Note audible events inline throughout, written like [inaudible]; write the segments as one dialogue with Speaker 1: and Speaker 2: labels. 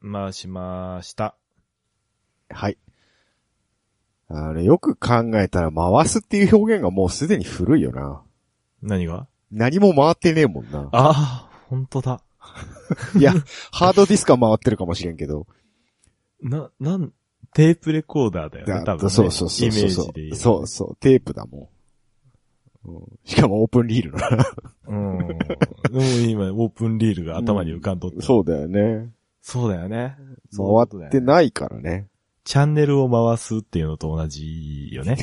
Speaker 1: まあ、しました。
Speaker 2: はい。あれ、よく考えたら回すっていう表現がもうすでに古いよな。
Speaker 1: 何が
Speaker 2: 何も回ってねえも
Speaker 1: [laughs]
Speaker 2: んな。
Speaker 1: ああ、本当だ。
Speaker 2: いや、ハードディスクは回ってるかもしれんけど。
Speaker 1: な、なん、テープレコーダーだよね、多分、ね。
Speaker 2: そうそうそう
Speaker 1: イメ
Speaker 2: そ
Speaker 1: ー
Speaker 2: う
Speaker 1: ジで言えば
Speaker 2: そうそう、テープだもん。うんしかもオープンリー
Speaker 1: [laughs]
Speaker 2: ルな。
Speaker 1: うん。でも今、オープンリールが頭に浮かんどって。
Speaker 2: そうだよね。
Speaker 1: そうだよね。そういうこ
Speaker 2: 回
Speaker 1: とだよ
Speaker 2: っ
Speaker 1: ね
Speaker 2: てないからね。
Speaker 1: チャンネルを回すっていうのと同じよね。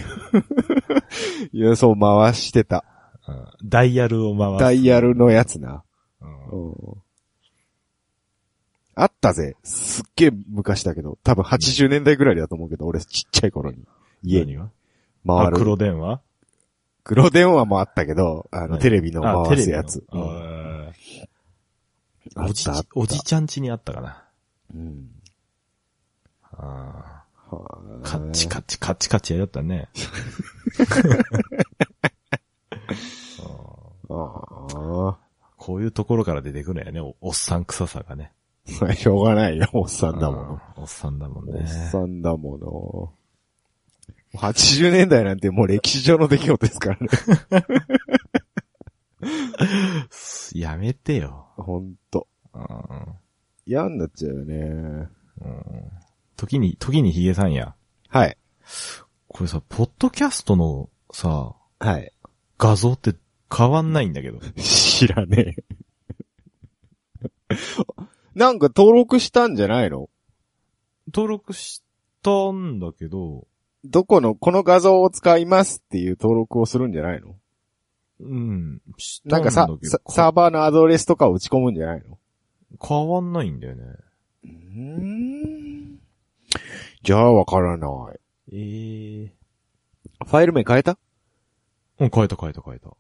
Speaker 2: いや、そう、回してた。
Speaker 1: うんダイヤルを回す。
Speaker 2: ダイヤルのやつな。
Speaker 1: うん
Speaker 2: うんあったぜ。すっげえ昔だけど。多分80年代ぐらいだと思うけど、俺ちっちゃい頃に。家に
Speaker 1: 何が
Speaker 2: 回
Speaker 1: あ、
Speaker 2: る。
Speaker 1: 黒電話
Speaker 2: 黒電話もあったけど、あの、
Speaker 1: 何
Speaker 2: テレビの
Speaker 1: あ、
Speaker 2: 回すやつ。
Speaker 1: テレビの
Speaker 2: うん
Speaker 1: あーお
Speaker 2: あっ
Speaker 1: じち
Speaker 2: たあっ、
Speaker 1: おじちゃん家にあったかな。
Speaker 2: た。うん。
Speaker 1: あ
Speaker 2: は
Speaker 1: ー
Speaker 2: あ
Speaker 1: カッチカッチカッチカッチやりよったね。うん
Speaker 2: あ
Speaker 1: こういうところから出てくるんやね、おおっさん臭さがね。
Speaker 2: あ。しょうがないよ、おっさんだもん。
Speaker 1: うん。おっさんだもん
Speaker 2: お
Speaker 1: ね。
Speaker 2: っさんだもの。80年代なんてもう歴史上の出来事ですからね。 [laughs]
Speaker 1: やめてよ。
Speaker 2: ほんと。
Speaker 1: うん
Speaker 2: 嫌になっちゃうよね。
Speaker 1: 時に、時にヒゲさんや。
Speaker 2: はい。
Speaker 1: これさ、ポッドキャストのさ、
Speaker 2: はい。
Speaker 1: 画像って変わんないんだけど。
Speaker 2: 知らねえ。 [laughs] なんか登録したんじゃないの
Speaker 1: 登録したんだけど、
Speaker 2: どこの、この画像を使いますっていう登録をするんじゃないの
Speaker 1: うん。した
Speaker 2: なんん
Speaker 1: だ
Speaker 2: か
Speaker 1: けど
Speaker 2: さ、さサーバーのアドレスとかを打ち込むんじゃないの
Speaker 1: 変わんないんだよね。
Speaker 2: うん。じゃあわからな
Speaker 1: え
Speaker 2: い。
Speaker 1: えー。
Speaker 2: ファイル名変えた
Speaker 1: うん、変えた変えた変えた。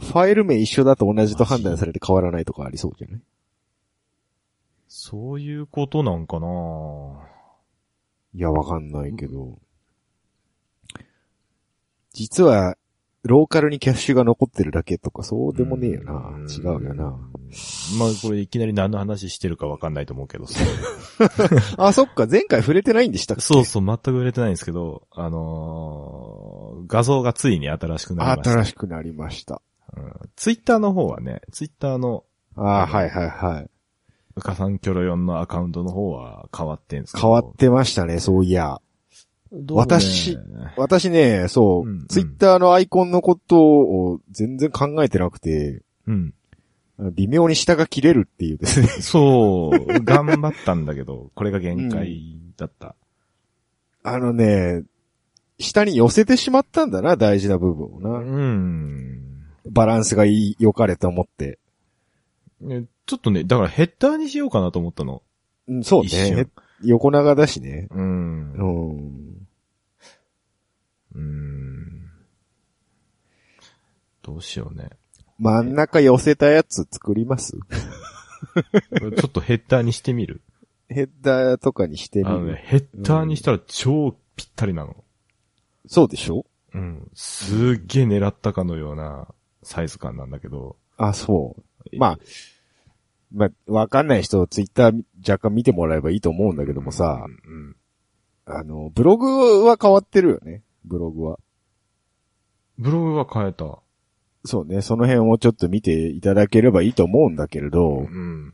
Speaker 2: ファイル名一緒だと同じと判断されて変わらないとかありそうじゃない
Speaker 1: そういうことなんかない
Speaker 2: や、わかんないけど。実は、ローカルにキャッシュが残ってるだけとか、そうでもねえよな。
Speaker 1: ん
Speaker 2: 違うよな。
Speaker 1: まあ、これいきなり何の話してるかわかんないと思うけど
Speaker 2: [laughs]
Speaker 1: さ。
Speaker 2: あ、そっか、前回触れてないんでしたっけ
Speaker 1: そうそう、全く売れてないんですけど、あのー画像がついに新しくなりました。
Speaker 2: 新しくなりました。
Speaker 1: ツイッターの方はね、ツイッターの
Speaker 2: ああ、はいはいはい。
Speaker 1: うかさんキョロヨンのアカウントの方は変わってんすけど
Speaker 2: 変わっ、てましたね、そういや。
Speaker 1: どうね
Speaker 2: 私私ね、そう、
Speaker 1: うんうん
Speaker 2: ツイッターのアイコンのことを全然考えてなくて、
Speaker 1: うん。
Speaker 2: 微妙に下が切れるっていうですね。 [laughs]
Speaker 1: そう、頑張ったんだけど、これが限界だった。
Speaker 2: あのね、下に寄せてしまったんだな、大事な部分を
Speaker 1: う
Speaker 2: な。
Speaker 1: ん。
Speaker 2: バランスがいい、良かれと思って。
Speaker 1: ねちょっとね、だからヘッダーにしようかなと思ったの。
Speaker 2: うん、そう
Speaker 1: 一緒
Speaker 2: ね。横長だしね。
Speaker 1: う。
Speaker 2: うんん。
Speaker 1: うん。どうしようね。
Speaker 2: 真ん中寄せたやつ作ります
Speaker 1: ちょっとヘッダーにしてみる。
Speaker 2: ヘッダーとかにしてみ
Speaker 1: あの
Speaker 2: る。
Speaker 1: ね、ヘッダーにしたら超ぴったりなの。
Speaker 2: そうでしょ
Speaker 1: うん。すっげえ狙ったかのようなサイズ感なんだけど。
Speaker 2: あ、そう。まあ、まあ、わかんない人をツイッター若干見てもらえばいいと思うんだけどもさ
Speaker 1: う、ん
Speaker 2: あの、ブログは変わってるよね。ブログは。
Speaker 1: ブログは変えた。
Speaker 2: そうね、その辺をちょっと見ていただければいいと思うんだけれど、
Speaker 1: ん。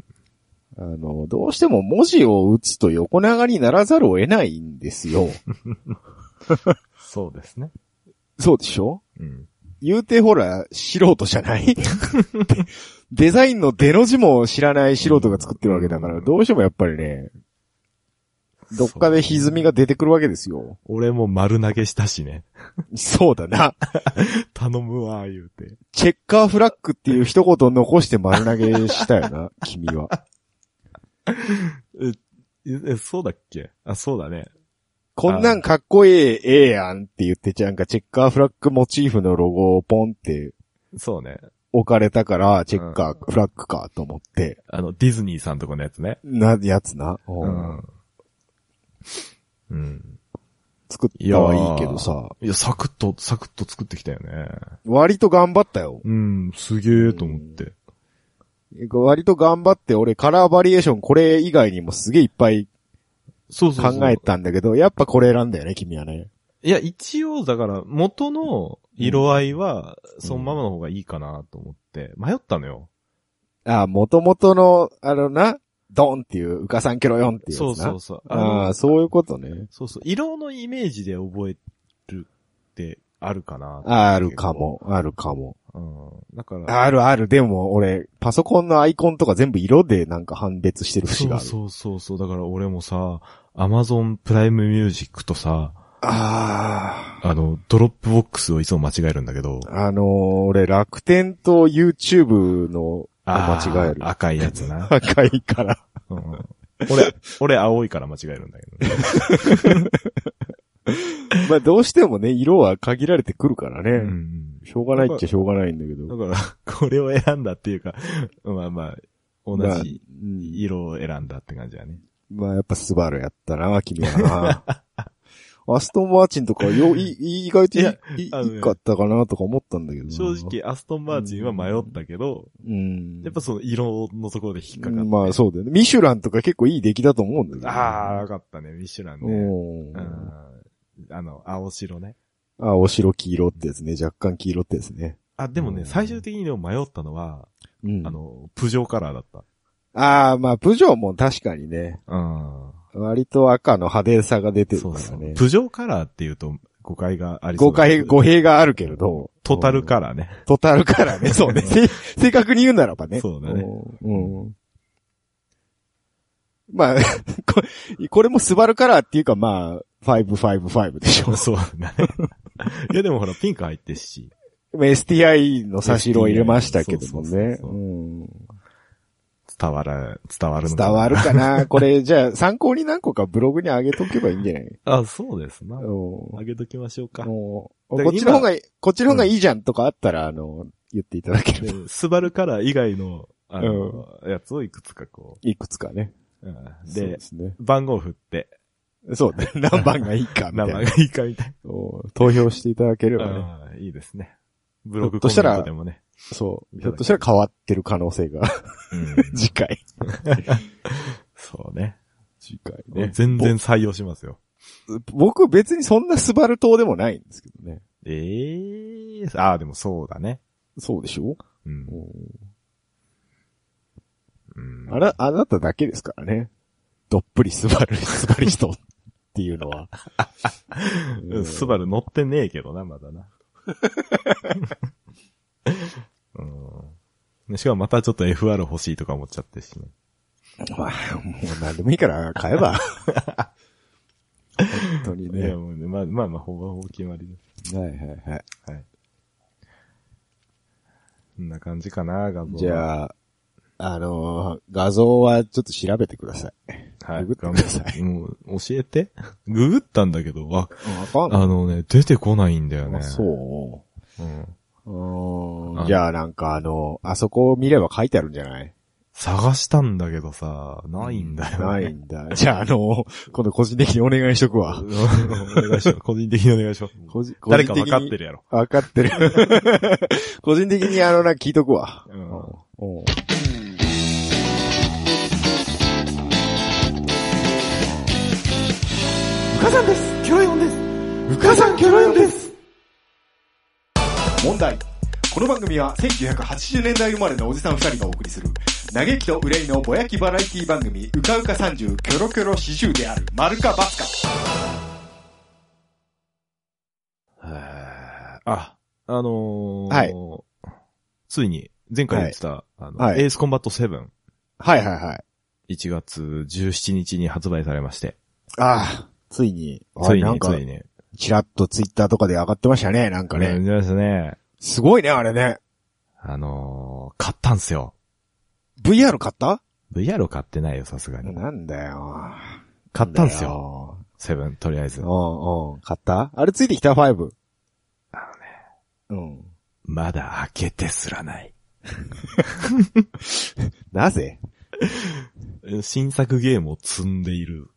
Speaker 2: あの、どうしても文字を打つと横長にならざるを得ないんですよ。 [laughs]
Speaker 1: そうですね。
Speaker 2: そうでしょ
Speaker 1: うん。
Speaker 2: 言うてほら、素人じゃない [laughs] でデザインの出の字も知らない素人が作ってるわけだから、どうしてもやっぱりね、どっかで歪みが出てくるわけですよ。
Speaker 1: 俺も丸投げしたしね。 [laughs]
Speaker 2: そうだな。
Speaker 1: 頼むわ、言うて。
Speaker 2: チェッカーフラッグっていう一言残して丸投げしたよな、君は。
Speaker 1: え、えそうだっけあ、そうだね。
Speaker 2: こんなんかっこいい、ええやんって言って、なんかチェッカーフラッグモチーフのロゴをポンって
Speaker 1: そうね。
Speaker 2: 置かれたから、チェッカーフラッグかと思って、
Speaker 1: あの、ディズニーさんとこのやつね。
Speaker 2: な、やつな。
Speaker 1: う
Speaker 2: うん
Speaker 1: ん。うん。
Speaker 2: 作ったはいいけどさ、
Speaker 1: いや、サクッと、サクッと作ってきたよね。
Speaker 2: 割と頑張ったよ。
Speaker 1: うん、すげえと思って。
Speaker 2: い割と頑張って、俺カラーバリエーションこれ以外にもすげえいっぱい
Speaker 1: そうそうそう
Speaker 2: 考えたんだけど、やっぱこれなんだよね、君はね。
Speaker 1: いや、一応、だから、元の色合いは、そのままの方がいいかなと思って、迷ったのよ。
Speaker 2: ああ、元々の、あのな、ドンっていう、うかさんキョロヨンっていう
Speaker 1: そ
Speaker 2: や
Speaker 1: う
Speaker 2: つな。
Speaker 1: そうそう。の
Speaker 2: ああ、そういうことね。
Speaker 1: そうそう。色のイメージで覚えるってあるかな。
Speaker 2: ああるかも、あるかも。
Speaker 1: うん。だから、
Speaker 2: あるある、でも俺、パソコンのアイコンとか全部色でなんか判別してる節
Speaker 1: そ
Speaker 2: があ
Speaker 1: う
Speaker 2: る。
Speaker 1: そうそうそう。だから俺もさ、アマゾンプライムミュージックとさ、
Speaker 2: あ
Speaker 1: あの、ドロップボックスをいつも間違えるんだけど。
Speaker 2: あ。あのー俺楽天と YouTube の
Speaker 1: あー
Speaker 2: 間違える。
Speaker 1: 赤いやつ
Speaker 2: [laughs]
Speaker 1: な。
Speaker 2: 赤い
Speaker 1: [laughs]
Speaker 2: から。
Speaker 1: うん俺、俺青いから間違えるんだけどね。
Speaker 2: まあどうしてもね、色は限られてくるからね。
Speaker 1: うん
Speaker 2: しょうがないっちゃしょうがないんだけ
Speaker 1: だ
Speaker 2: ど。
Speaker 1: から、 [laughs] これを選んだっていうか、まあまあ、同
Speaker 2: まあ
Speaker 1: じ
Speaker 2: うん
Speaker 1: 色を選んだって感じだね。
Speaker 2: まあやっぱスバルやったな、君はな。 [laughs] アストンマーチンとかよ、いい意外とい
Speaker 1: いや
Speaker 2: いい
Speaker 1: あのね
Speaker 2: いかったかなとか思ったんだけどな。
Speaker 1: 正。直、アストンマーチンは迷ったけど、
Speaker 2: うん。
Speaker 1: やっぱその色のところで引っかかって。
Speaker 2: まあそうだよね。ミシュランとか結構いい出来だと思うんだけど、
Speaker 1: ああ、よかったね、ミシュランね。
Speaker 2: うん
Speaker 1: うんあの、青白ね。
Speaker 2: あ、お白黄色ってやつね。若干黄色ってやつね。
Speaker 1: あ、でもね、
Speaker 2: うん
Speaker 1: 最終的にでも迷ったのは、
Speaker 2: うん。
Speaker 1: あ
Speaker 2: あ
Speaker 1: の、プジョーカラーだった。
Speaker 2: あー、まあ、プジョーも確かにね。
Speaker 1: うん。
Speaker 2: 割と赤の派手さが出てるか
Speaker 1: そう
Speaker 2: ら
Speaker 1: そう
Speaker 2: ね。。
Speaker 1: プジョーカラーっていうと誤解がありそう
Speaker 2: 誤
Speaker 1: だけ
Speaker 2: 解、
Speaker 1: ど。
Speaker 2: 語弊があるけれど。
Speaker 1: トタルカ
Speaker 2: ら。
Speaker 1: ラーね。
Speaker 2: トタルからね、
Speaker 1: [laughs]
Speaker 2: そうね。せ正確に言うならばね。
Speaker 1: そうだね
Speaker 2: うん。うん。まあ、 [laughs] これ、これもスバルカラーっていうかまあ、555でし
Speaker 1: [laughs]
Speaker 2: ょ。 [laughs]
Speaker 1: そうだね。いやでもほら、ピンク入ってるし。
Speaker 2: まあ STI の差し色を入れましたけども
Speaker 1: そう
Speaker 2: ね。
Speaker 1: そうそうそう
Speaker 2: うん
Speaker 1: 伝わら、伝わるのかな
Speaker 2: 伝わるかなこれ、じゃあ、参考に何個かブログに上げとけばいい
Speaker 1: [laughs]
Speaker 2: んじゃない
Speaker 1: あ、そうですな。
Speaker 2: うん
Speaker 1: あげときましょうか。
Speaker 2: もう
Speaker 1: だから
Speaker 2: こっちの方が、こっちの方がいいじゃんとかあったら、あの、言っていただければ。
Speaker 1: でスバルカラー以外の、あの、やつをいくつかこ
Speaker 2: いくつかね。
Speaker 1: う。うん
Speaker 2: そう
Speaker 1: で
Speaker 2: で、すね。
Speaker 1: 番号振って、
Speaker 2: そうね。 [laughs] 何番がいいか、み
Speaker 1: 名
Speaker 2: たいな
Speaker 1: 前。がいいかみたい
Speaker 2: うん投票していただければね。
Speaker 1: な。うんいいですね。ブログ
Speaker 2: ひょ
Speaker 1: コ
Speaker 2: っと
Speaker 1: メ
Speaker 2: したら
Speaker 1: ントでもね。
Speaker 2: そう。ひょっとしたら変わってる可能
Speaker 1: [laughs]
Speaker 2: 性が。
Speaker 1: うん
Speaker 2: 次回。
Speaker 1: そうね。
Speaker 2: 次回
Speaker 1: 全然採用しますよ。
Speaker 2: 僕別にそんなスバル島でもないんですけどね。
Speaker 1: ええー、ああ、でもそうだね。
Speaker 2: そうでしょ
Speaker 1: うん
Speaker 2: う。
Speaker 1: うん
Speaker 2: あら、あなただけですからね。どっぷりスバル、スバリストっていうのは。
Speaker 1: うんスバル乗ってねえけどな、まだ
Speaker 2: [laughs]
Speaker 1: な。うん、しかもまたちょっと FR 欲しいとか思っちゃってしね。
Speaker 2: まあ、もう何でもいいから買えば。本当に
Speaker 1: い
Speaker 2: ね。
Speaker 1: や、
Speaker 2: は
Speaker 1: もうね、まあまあまあ、ほぼほぼ決まりで
Speaker 2: いはいはい。
Speaker 1: す。はい。こんな感じかな、画像は。
Speaker 2: じゃあ、あのー画像はちょっと調べてください。
Speaker 1: はい、
Speaker 2: ググってくださ
Speaker 1: い。もう、教えて。ググったんだけど、あ、
Speaker 2: わ
Speaker 1: あのね、出てこないんだよね。
Speaker 2: そ
Speaker 1: うん。
Speaker 2: う。うー
Speaker 1: あ
Speaker 2: ん。じゃあなんかあの、あそこを見れば書いてあるんじゃない
Speaker 1: 探したんだけどさ、ないんだよね。
Speaker 2: ないんだ。じゃああの、今度個人的にお願いしとくわ。
Speaker 1: [laughs] お願いします。個人的にお願いします。
Speaker 2: 個人
Speaker 1: 誰か分かって
Speaker 2: る。
Speaker 1: るやろ。
Speaker 2: わかってる。 [laughs] 個人的にあのな、聞いとくわ。
Speaker 1: うん
Speaker 2: うんうかさんですキョロヨンですうかさんキョロヨンです問題。この番組は1980年代生まれのおじさん二人がお送りする、嘆きと憂いのぼやきバラエティ番組、うかうか30キョロキョロ四十である、丸かバツか。
Speaker 1: あ、あのー、
Speaker 2: はい
Speaker 1: ついに、前回言ってた、あの、
Speaker 2: はい
Speaker 1: エースコンバット7、
Speaker 2: はいはいはい。
Speaker 1: 1月17日に発売されまして、
Speaker 2: ああ、ついに、
Speaker 1: つい
Speaker 2: な
Speaker 1: に、
Speaker 2: ん
Speaker 1: つ
Speaker 2: か、
Speaker 1: いに。
Speaker 2: ちらっとツイッターとかで上がってましたね、なんか
Speaker 1: あれ、
Speaker 2: ね。
Speaker 1: 見ましたね。
Speaker 2: すごいね、あれね。
Speaker 1: あのー、買ったんすよ。
Speaker 2: VR 買った
Speaker 1: VR を買ってないよ、さすがに。
Speaker 2: なんだよ。
Speaker 1: 買ったんすよ、
Speaker 2: よ。
Speaker 1: 7、とりあえず
Speaker 2: う。んうん。買ったあれついてきた ?5。あのね。うん。
Speaker 1: まだ開けてすらない。
Speaker 2: なぜ
Speaker 1: 新作ゲームを積んでいる。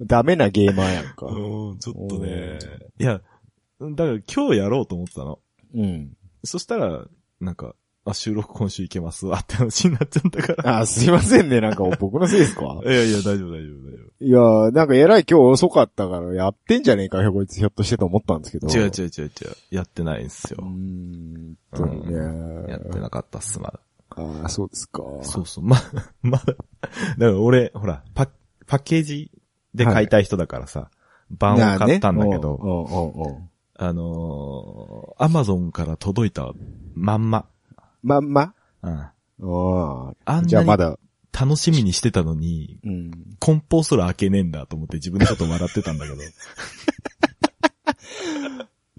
Speaker 2: ダメなゲーマーやんか。
Speaker 1: うん、ちょっと
Speaker 2: お
Speaker 1: ね
Speaker 2: ー。
Speaker 1: いや、だから今日やろうと思ってたの。
Speaker 2: うん。
Speaker 1: そしたら、なんか、あ、収録今週行けますわって話になっちゃったから。
Speaker 2: あ、すいませんね。なんか僕のせいですか
Speaker 1: いやいや、大丈夫大丈夫大丈
Speaker 2: いやー、なんか偉い今日遅かったから、やってんじゃねえか、こいつひょっとしてと思ったんですけど。
Speaker 1: 夫。違う違う違う違う。やってないんす
Speaker 2: うー
Speaker 1: よ。
Speaker 2: んとね。
Speaker 1: やってなかったっす、まだ。
Speaker 2: ああ、そうですか。
Speaker 1: そうそう、ま、 [laughs] まだ、だから俺、ほら、パッ、パッケージで買いたい人だからさ、版を買ったんだけど、
Speaker 2: ど。うんうんうん
Speaker 1: あのー、アマゾンから届いたまんま、
Speaker 2: まんま
Speaker 1: うん、
Speaker 2: あ
Speaker 1: あんなに
Speaker 2: じゃあまだ、
Speaker 1: 楽しみにしてたのに、
Speaker 2: うん。
Speaker 1: 梱包すら開けねえんだと思って自分でちょっと笑ってたんだけど、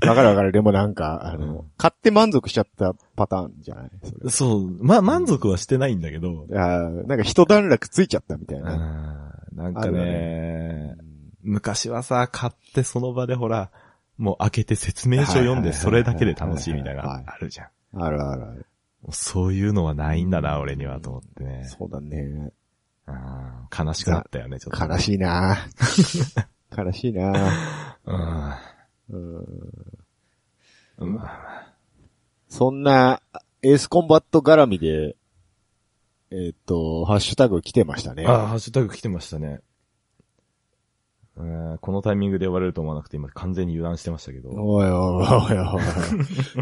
Speaker 2: わかるわかる。でもなんか、あ
Speaker 1: う
Speaker 2: の
Speaker 1: ん、
Speaker 2: 買って満足しちゃったパターンじゃないそ
Speaker 1: [laughs]
Speaker 2: れ
Speaker 1: そう、ま、満足はしてないんだけど、
Speaker 2: あーなんか一段落ついちゃったみたい
Speaker 1: うん、
Speaker 2: な。
Speaker 1: なんか
Speaker 2: あるわ
Speaker 1: ね、昔はさ、買ってその場でほら、もう開けて説明書読んでそれだけで楽しいみたい
Speaker 2: はいは
Speaker 1: な
Speaker 2: いはい、
Speaker 1: あるじゃん。
Speaker 2: あるあるある。
Speaker 1: そういうのはないんだな、俺には、と思ってね。
Speaker 2: そうだね。
Speaker 1: あー悲しくなったよね、ちょっと。
Speaker 2: 悲しいな [laughs] 悲しいな
Speaker 1: うん
Speaker 2: うん
Speaker 1: うん
Speaker 2: そんな、エースコンバット絡みで、えっと、ハッシュタグ来てましたね。
Speaker 1: あーハッシュタグ来てましたね。うんこのタイミングで呼ばれると思わなくて、今完全に油断してましたけど。
Speaker 2: おいおいおいおい。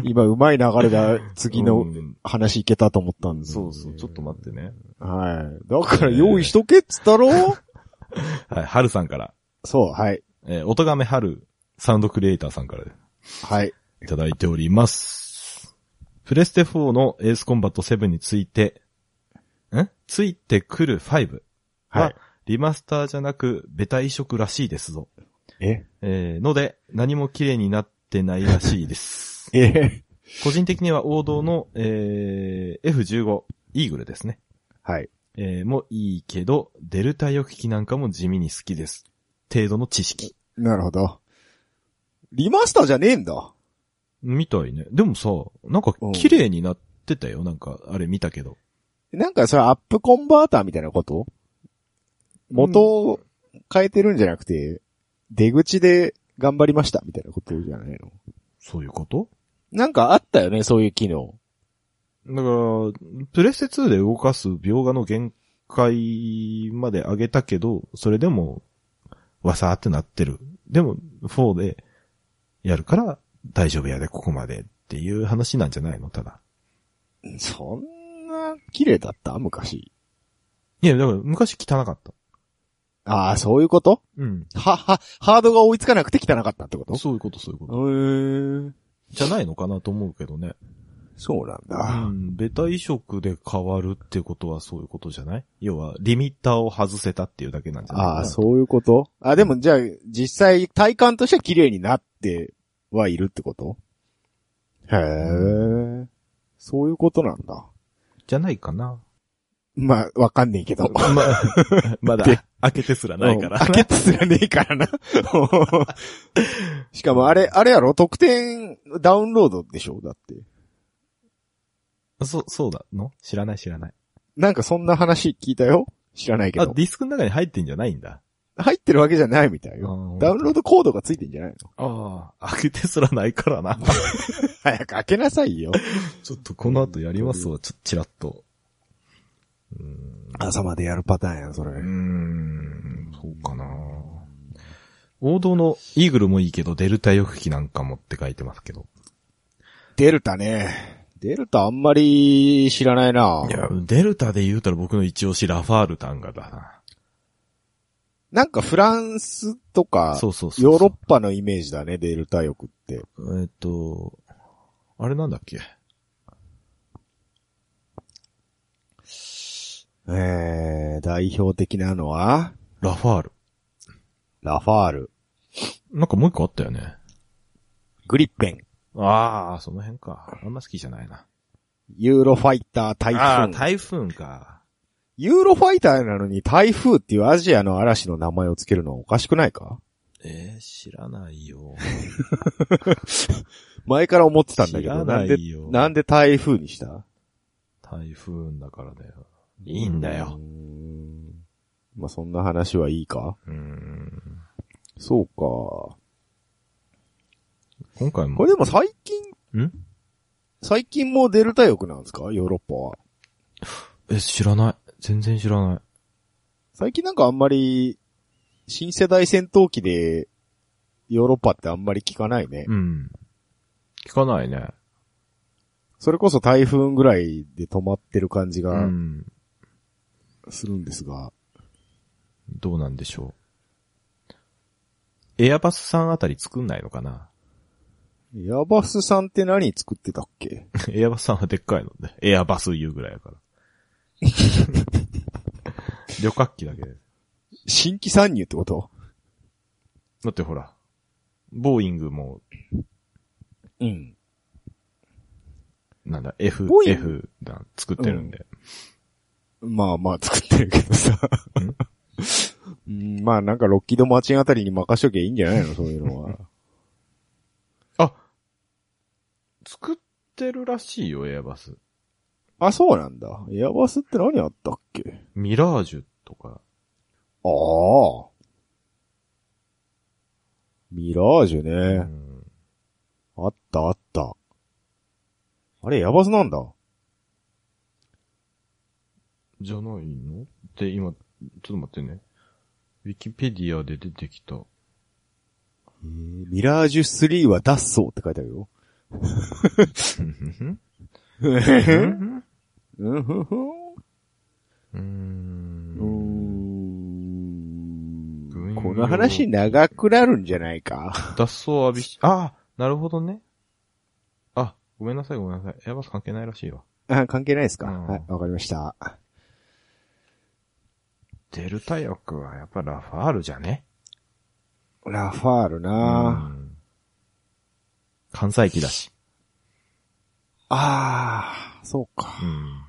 Speaker 2: 今、うまい流れが次
Speaker 1: う
Speaker 2: の
Speaker 1: ん
Speaker 2: 話いけたと思ったんです、
Speaker 1: そうそう、ちょっと。待ってね。
Speaker 2: はい。だから用意しとけっつったろ
Speaker 1: はい、はるさんから。
Speaker 2: そう、はい。
Speaker 1: えー、おとがめはる、サウンドクリエイターさんからです
Speaker 2: はい。
Speaker 1: いただいております。プレステ4のエースコンバット7について、んついてくる5は、
Speaker 2: はい。
Speaker 1: リマスターじゃなく、ベタ移植らしいですぞ。
Speaker 2: え
Speaker 1: えー、ので、何も綺麗になってないらしいで [laughs] す。
Speaker 2: え
Speaker 1: 個人的には王道の、えー、F15、イーグルですね。
Speaker 2: はい。
Speaker 1: えー、もいいけど、デルタ翼機なんかも地味に好きです。程度の知識。
Speaker 2: なるほど。リマスターじゃねえんだ。
Speaker 1: みたいね。でもさ、なんか綺麗になってたよ。なんか、あれ見たけど。
Speaker 2: なんかそれアップコンバーターみたいなこと元を変えてるんじゃなくて、出口で頑張りましたみたいなことじゃないの
Speaker 1: そういうこと
Speaker 2: なんかあったよね、そういう機能。
Speaker 1: だから、プレステ2で動かす描画の限界まで上げたけど、それでも、わさーってなってる。でも、4でやるから、大丈夫やで、ここまでっていう話なんじゃないのただ。
Speaker 2: そんな綺麗だった昔。
Speaker 1: いや、だから昔汚かった。
Speaker 2: ああ、そういうこと
Speaker 1: うん。
Speaker 2: は、は、ハードが追いつかなくて汚かったってこと
Speaker 1: そういうこと、そういうこ
Speaker 2: う
Speaker 1: と。
Speaker 2: ーん。
Speaker 1: じゃないのかなと思うけどね。
Speaker 2: そうなん
Speaker 1: う
Speaker 2: だ。
Speaker 1: ん。ベタ移植で変わるってことはそういうことじゃない要は、リミッターを外せたっていうだけなんじゃない
Speaker 2: ああ、
Speaker 1: う。
Speaker 2: そういうことあ、でもじゃあ、実際体感としては綺麗になってはいるってことへえ。そういうことなんだ。
Speaker 1: じゃないかな。
Speaker 2: まあ、わかんねえけど。
Speaker 1: [laughs] ま、 [laughs] まだ
Speaker 2: で、
Speaker 1: 開けてすらないから。
Speaker 2: うん開けてすらねえからな。 [laughs] しかもあれ、あれやろ特典ダウンロードでしょだって。
Speaker 1: そ、そうだの知らない知らない。
Speaker 2: なんかそんな話聞いたよ知らないけ
Speaker 1: あ、
Speaker 2: ど。
Speaker 1: ディスクの中に入ってんじゃないんだ。
Speaker 2: 入ってるわけじゃないみたいよ。ダウンロードコードがついてんじゃないの
Speaker 1: ああ、開けてすらないからな。
Speaker 2: 早く開けなさいよ。
Speaker 1: [laughs] ちょっとこの後やりますわ、ちょっとチラッと。うーん。
Speaker 2: 朝までやるパターンやん、それ
Speaker 1: うーん、そうかな王道のイーグルもいいけど、デルタ翼機なんかもって書いてますけど。
Speaker 2: デルタね。デルタあんまり知らないない
Speaker 1: や、デルタで言うたら僕の一押しラファールタンガだ
Speaker 2: なんかフランスと
Speaker 1: な。
Speaker 2: か、
Speaker 1: そうそうそう。
Speaker 2: ヨーロッパのイメージだね、デルタ翼って。
Speaker 1: えっと、あれなんだっけ
Speaker 2: えー、代表的なのは、
Speaker 1: ラファール。
Speaker 2: ラファール、
Speaker 1: なんかもう一個あったよね。
Speaker 2: グリッペン、
Speaker 1: ああ、その辺か。あんま好きじゃないな。
Speaker 2: ユーロファイター、台
Speaker 1: ああー、
Speaker 2: 風。
Speaker 1: 台風か。
Speaker 2: ユーロファイターなのに台風っていうアジアの嵐の名前をつけるのはおかしくないか
Speaker 1: えー、知らないよ。
Speaker 2: 前から思ってたんだけど、
Speaker 1: 知ら
Speaker 2: [laughs] な
Speaker 1: なん
Speaker 2: で
Speaker 1: い、よ
Speaker 2: なんで台風にした
Speaker 1: 台風だからだよ。いいんだよ。。
Speaker 2: うーんまあ、そんな話はいいか
Speaker 1: うーん。
Speaker 2: そうか。
Speaker 1: 今回も。
Speaker 2: これでも最近
Speaker 1: ん、
Speaker 2: 最近もうデルタ翼なんですかヨーロッパは。
Speaker 1: え、知らない。全然知らない。
Speaker 2: 最近なんかあんまり、新世代戦闘機で、ヨーロッパってあんまり聞かないね。
Speaker 1: うん。聞かないね。
Speaker 2: それこそ台風ぐらいで止まってる感じ
Speaker 1: う
Speaker 2: が
Speaker 1: ん。
Speaker 2: するんですが。
Speaker 1: どうなんでしょう。エアバスさんあたり作んないのかな [laughs]
Speaker 2: エアバスさんって何作ってたっけ
Speaker 1: エアバスさんはでっかいのね。エアバス言うぐらいや
Speaker 2: [laughs]
Speaker 1: から。旅客機だけで。
Speaker 2: 新規参入ってこと
Speaker 1: だってほら、ボーイングも、
Speaker 2: うん。
Speaker 1: なんだ、F
Speaker 2: ボ、ーイン
Speaker 1: F だ、作ってるんで。
Speaker 2: まあまあ作ってるけどさ。 [laughs] うんまあなんかロッキードマーチンあたりに任しときゃいいんじゃないのそういうのは。
Speaker 1: あ作ってるらしいよ、エアバス。
Speaker 2: あ、そうなんだ。エアバスって何あったっけ
Speaker 1: ミラージュとか。
Speaker 2: ああ。ミラージュ
Speaker 1: う
Speaker 2: ね。
Speaker 1: ん
Speaker 2: あったあった。あれ、エアバスなんだ。
Speaker 1: じゃないのって今、ちょっと待ってね。ウィキペディアで出てきた。
Speaker 2: ミラージュ3は脱走って書いてあるよ。
Speaker 1: うん
Speaker 2: うんふんふん
Speaker 1: うー。
Speaker 2: うんーん
Speaker 1: 軍用
Speaker 2: この話長くなるんじゃないか。
Speaker 1: 脱走を浴びし、ああなるほどね。あ、ごめんなさいごめんなさい。エアバス関係ないらしいわ。
Speaker 2: あ関係ないですか、
Speaker 1: うん
Speaker 2: はい、わかりました。
Speaker 1: デルタ翼はやっぱラファールじゃね
Speaker 2: ラファールな、
Speaker 1: うん関西機だし。
Speaker 2: あー、そう
Speaker 1: う
Speaker 2: か。
Speaker 1: ん。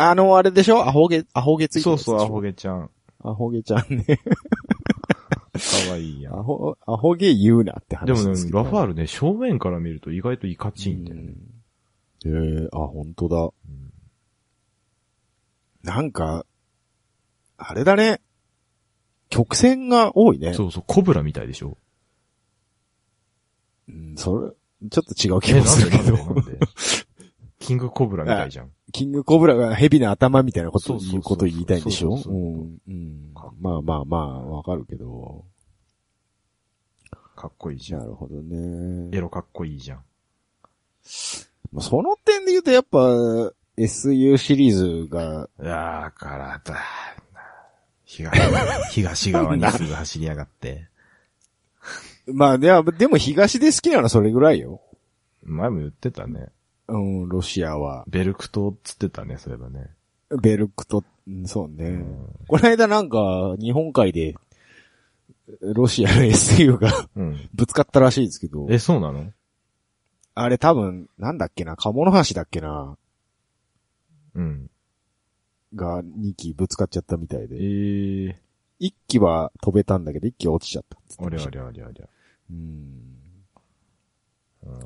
Speaker 2: あの、あれでしょアホゲ、アホゲついて
Speaker 1: そう
Speaker 2: るやつでし
Speaker 1: そ
Speaker 2: ょ
Speaker 1: う、アホゲちゃん。
Speaker 2: アホゲちゃんね。
Speaker 1: かわいいや
Speaker 2: ア
Speaker 1: ん。
Speaker 2: ホ、アホゲ言うなって
Speaker 1: でも
Speaker 2: 話
Speaker 1: ね
Speaker 2: です、けど。
Speaker 1: ラファールね、正面から見ると意外とイカチンだよね。
Speaker 2: うん。ええあ、本当だ。
Speaker 1: うん
Speaker 2: なんか、あれだね。曲線が多いね。
Speaker 1: そうそう、コブラみたいでしょ
Speaker 2: うん、それ、ちょっと違う気
Speaker 1: え、
Speaker 2: も
Speaker 1: なん
Speaker 2: する
Speaker 1: で
Speaker 2: け
Speaker 1: なんで
Speaker 2: ど。
Speaker 1: なんで [laughs] キングコブラみたいじゃん。
Speaker 2: キングコブラが蛇の頭みたいなこと
Speaker 1: そうそうそう
Speaker 2: いうこと言いたいんでしょ
Speaker 1: そうそうそう
Speaker 2: うんうんまあまあまあ、わかるけど。
Speaker 1: かっこいいじゃん。
Speaker 2: なるほどね
Speaker 1: エ。ロかっこいいじゃん。
Speaker 2: まあその点で言うとやっぱ、SU シリーズが、
Speaker 1: だからだ。東、 [laughs] 東側にすぐ走りやがって。
Speaker 2: まあ、いやでも東で好きなのはそれぐらいよ。
Speaker 1: 前も言ってたね。
Speaker 2: うん、ロシアは。
Speaker 1: ベルクトっつってたね、そういえばね。
Speaker 2: ベルクと、うんそうね。
Speaker 1: ん
Speaker 2: この間なんか、日本海で、ロシアの [laughs] SU が
Speaker 1: うん。
Speaker 2: ぶつかったらしいですけど、
Speaker 1: え、そうなの
Speaker 2: あれ多分、なんだっけな、鴨の橋だっけな、
Speaker 1: うん。
Speaker 2: が2機ぶつかっちゃったみたい
Speaker 1: え
Speaker 2: で、
Speaker 1: ー、
Speaker 2: 1機は飛べたんだけど、1機は落ちちゃったっつって
Speaker 1: あ
Speaker 2: ま
Speaker 1: り
Speaker 2: し
Speaker 1: ゃ
Speaker 2: た
Speaker 1: ありゃありゃありゃ。
Speaker 2: うん
Speaker 1: うん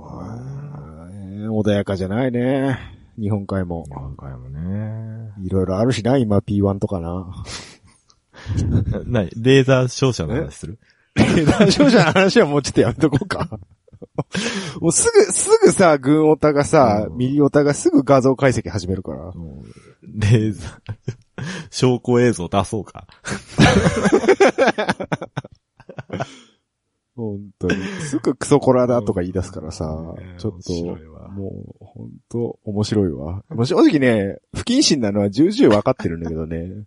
Speaker 2: あー穏やかじゃないね。日本海も。
Speaker 1: 今回もね。
Speaker 2: いろいろあるしな、今 P1 とかな。
Speaker 1: [laughs] な、何レーザー照射の話する
Speaker 2: 大丈夫じゃん話はもうちょっとやめとこ
Speaker 1: [laughs]
Speaker 2: うか。もうすぐ、すぐさ、軍オタがさ、
Speaker 1: うん
Speaker 2: ミリオタがすぐ画像解析始めるから。
Speaker 1: レーザー、 [laughs] 証拠映像出そうか。
Speaker 2: 本当に。すぐクソコラだとか言い出すからさ
Speaker 1: うん、
Speaker 2: ちょっ
Speaker 1: 面白い
Speaker 2: と、
Speaker 1: わ
Speaker 2: もう、本当面白いわ。もう正直ね、不謹慎なのは重々わかってるんだけ
Speaker 1: [laughs]
Speaker 2: どね。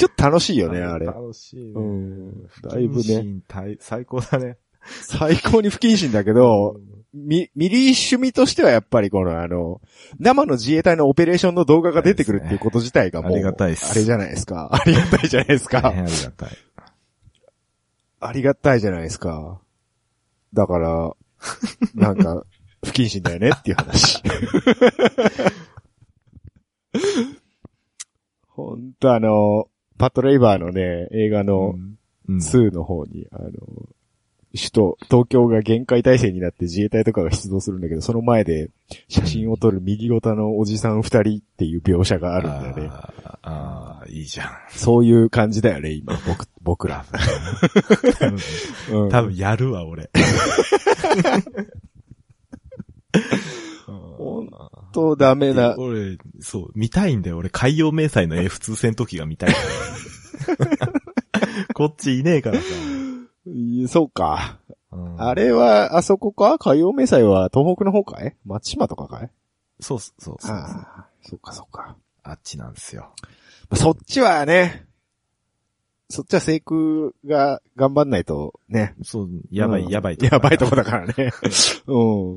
Speaker 2: ちょっと楽しいよね、あれ。
Speaker 1: 楽しいね。
Speaker 2: うんだいぶ
Speaker 1: 不
Speaker 2: ね
Speaker 1: 謹慎大。最高だね。
Speaker 2: 最高に不謹慎だけど、ミ、ミリー趣味としてはやっぱりこのあの、生の自衛隊のオペレーションの動画が出てくるっていうこと自体がもう、
Speaker 1: ありがたいっす
Speaker 2: あれじゃないですか。ありがたいじゃないです
Speaker 1: 大
Speaker 2: か。
Speaker 1: 変ありがたい。
Speaker 2: ありがたいじゃないですか。だから、なんか、不謹慎だよねっていう
Speaker 1: [laughs]
Speaker 2: 話。ほんとあの、パトレイバーのね、映画の
Speaker 1: うん
Speaker 2: 2の方に、あの、首都、東京が限界態勢になって自衛隊とかが出動するんだけど、その前で写真を撮る右肩のおじさん二人っていう描写があるんだよね。
Speaker 1: あーあー、いいじゃ
Speaker 2: [laughs]
Speaker 1: ん。
Speaker 2: そういう感じだよね、今、僕、 [laughs] 僕ら。うん [laughs]
Speaker 1: 多分やるわ、俺。
Speaker 2: んとダメな、
Speaker 1: 俺、そう、見たいんだよ。俺、海洋迷彩の A 普通戦闘機が見たい。
Speaker 2: [laughs]
Speaker 1: こっちいねえからさ。
Speaker 2: いやそうか。
Speaker 1: うん
Speaker 2: あれは、あそこか海洋迷彩は東北の方かい松島とかかい
Speaker 1: そうっすそうそう。
Speaker 2: ああ、そうかそうか。
Speaker 1: あっちなんですよ。
Speaker 2: まあそっちはね、そっちは制空が頑張んないとね。
Speaker 1: そう、やば
Speaker 2: うん
Speaker 1: い、やばい。
Speaker 2: やばいとこだから
Speaker 1: [laughs]
Speaker 2: ね。うん。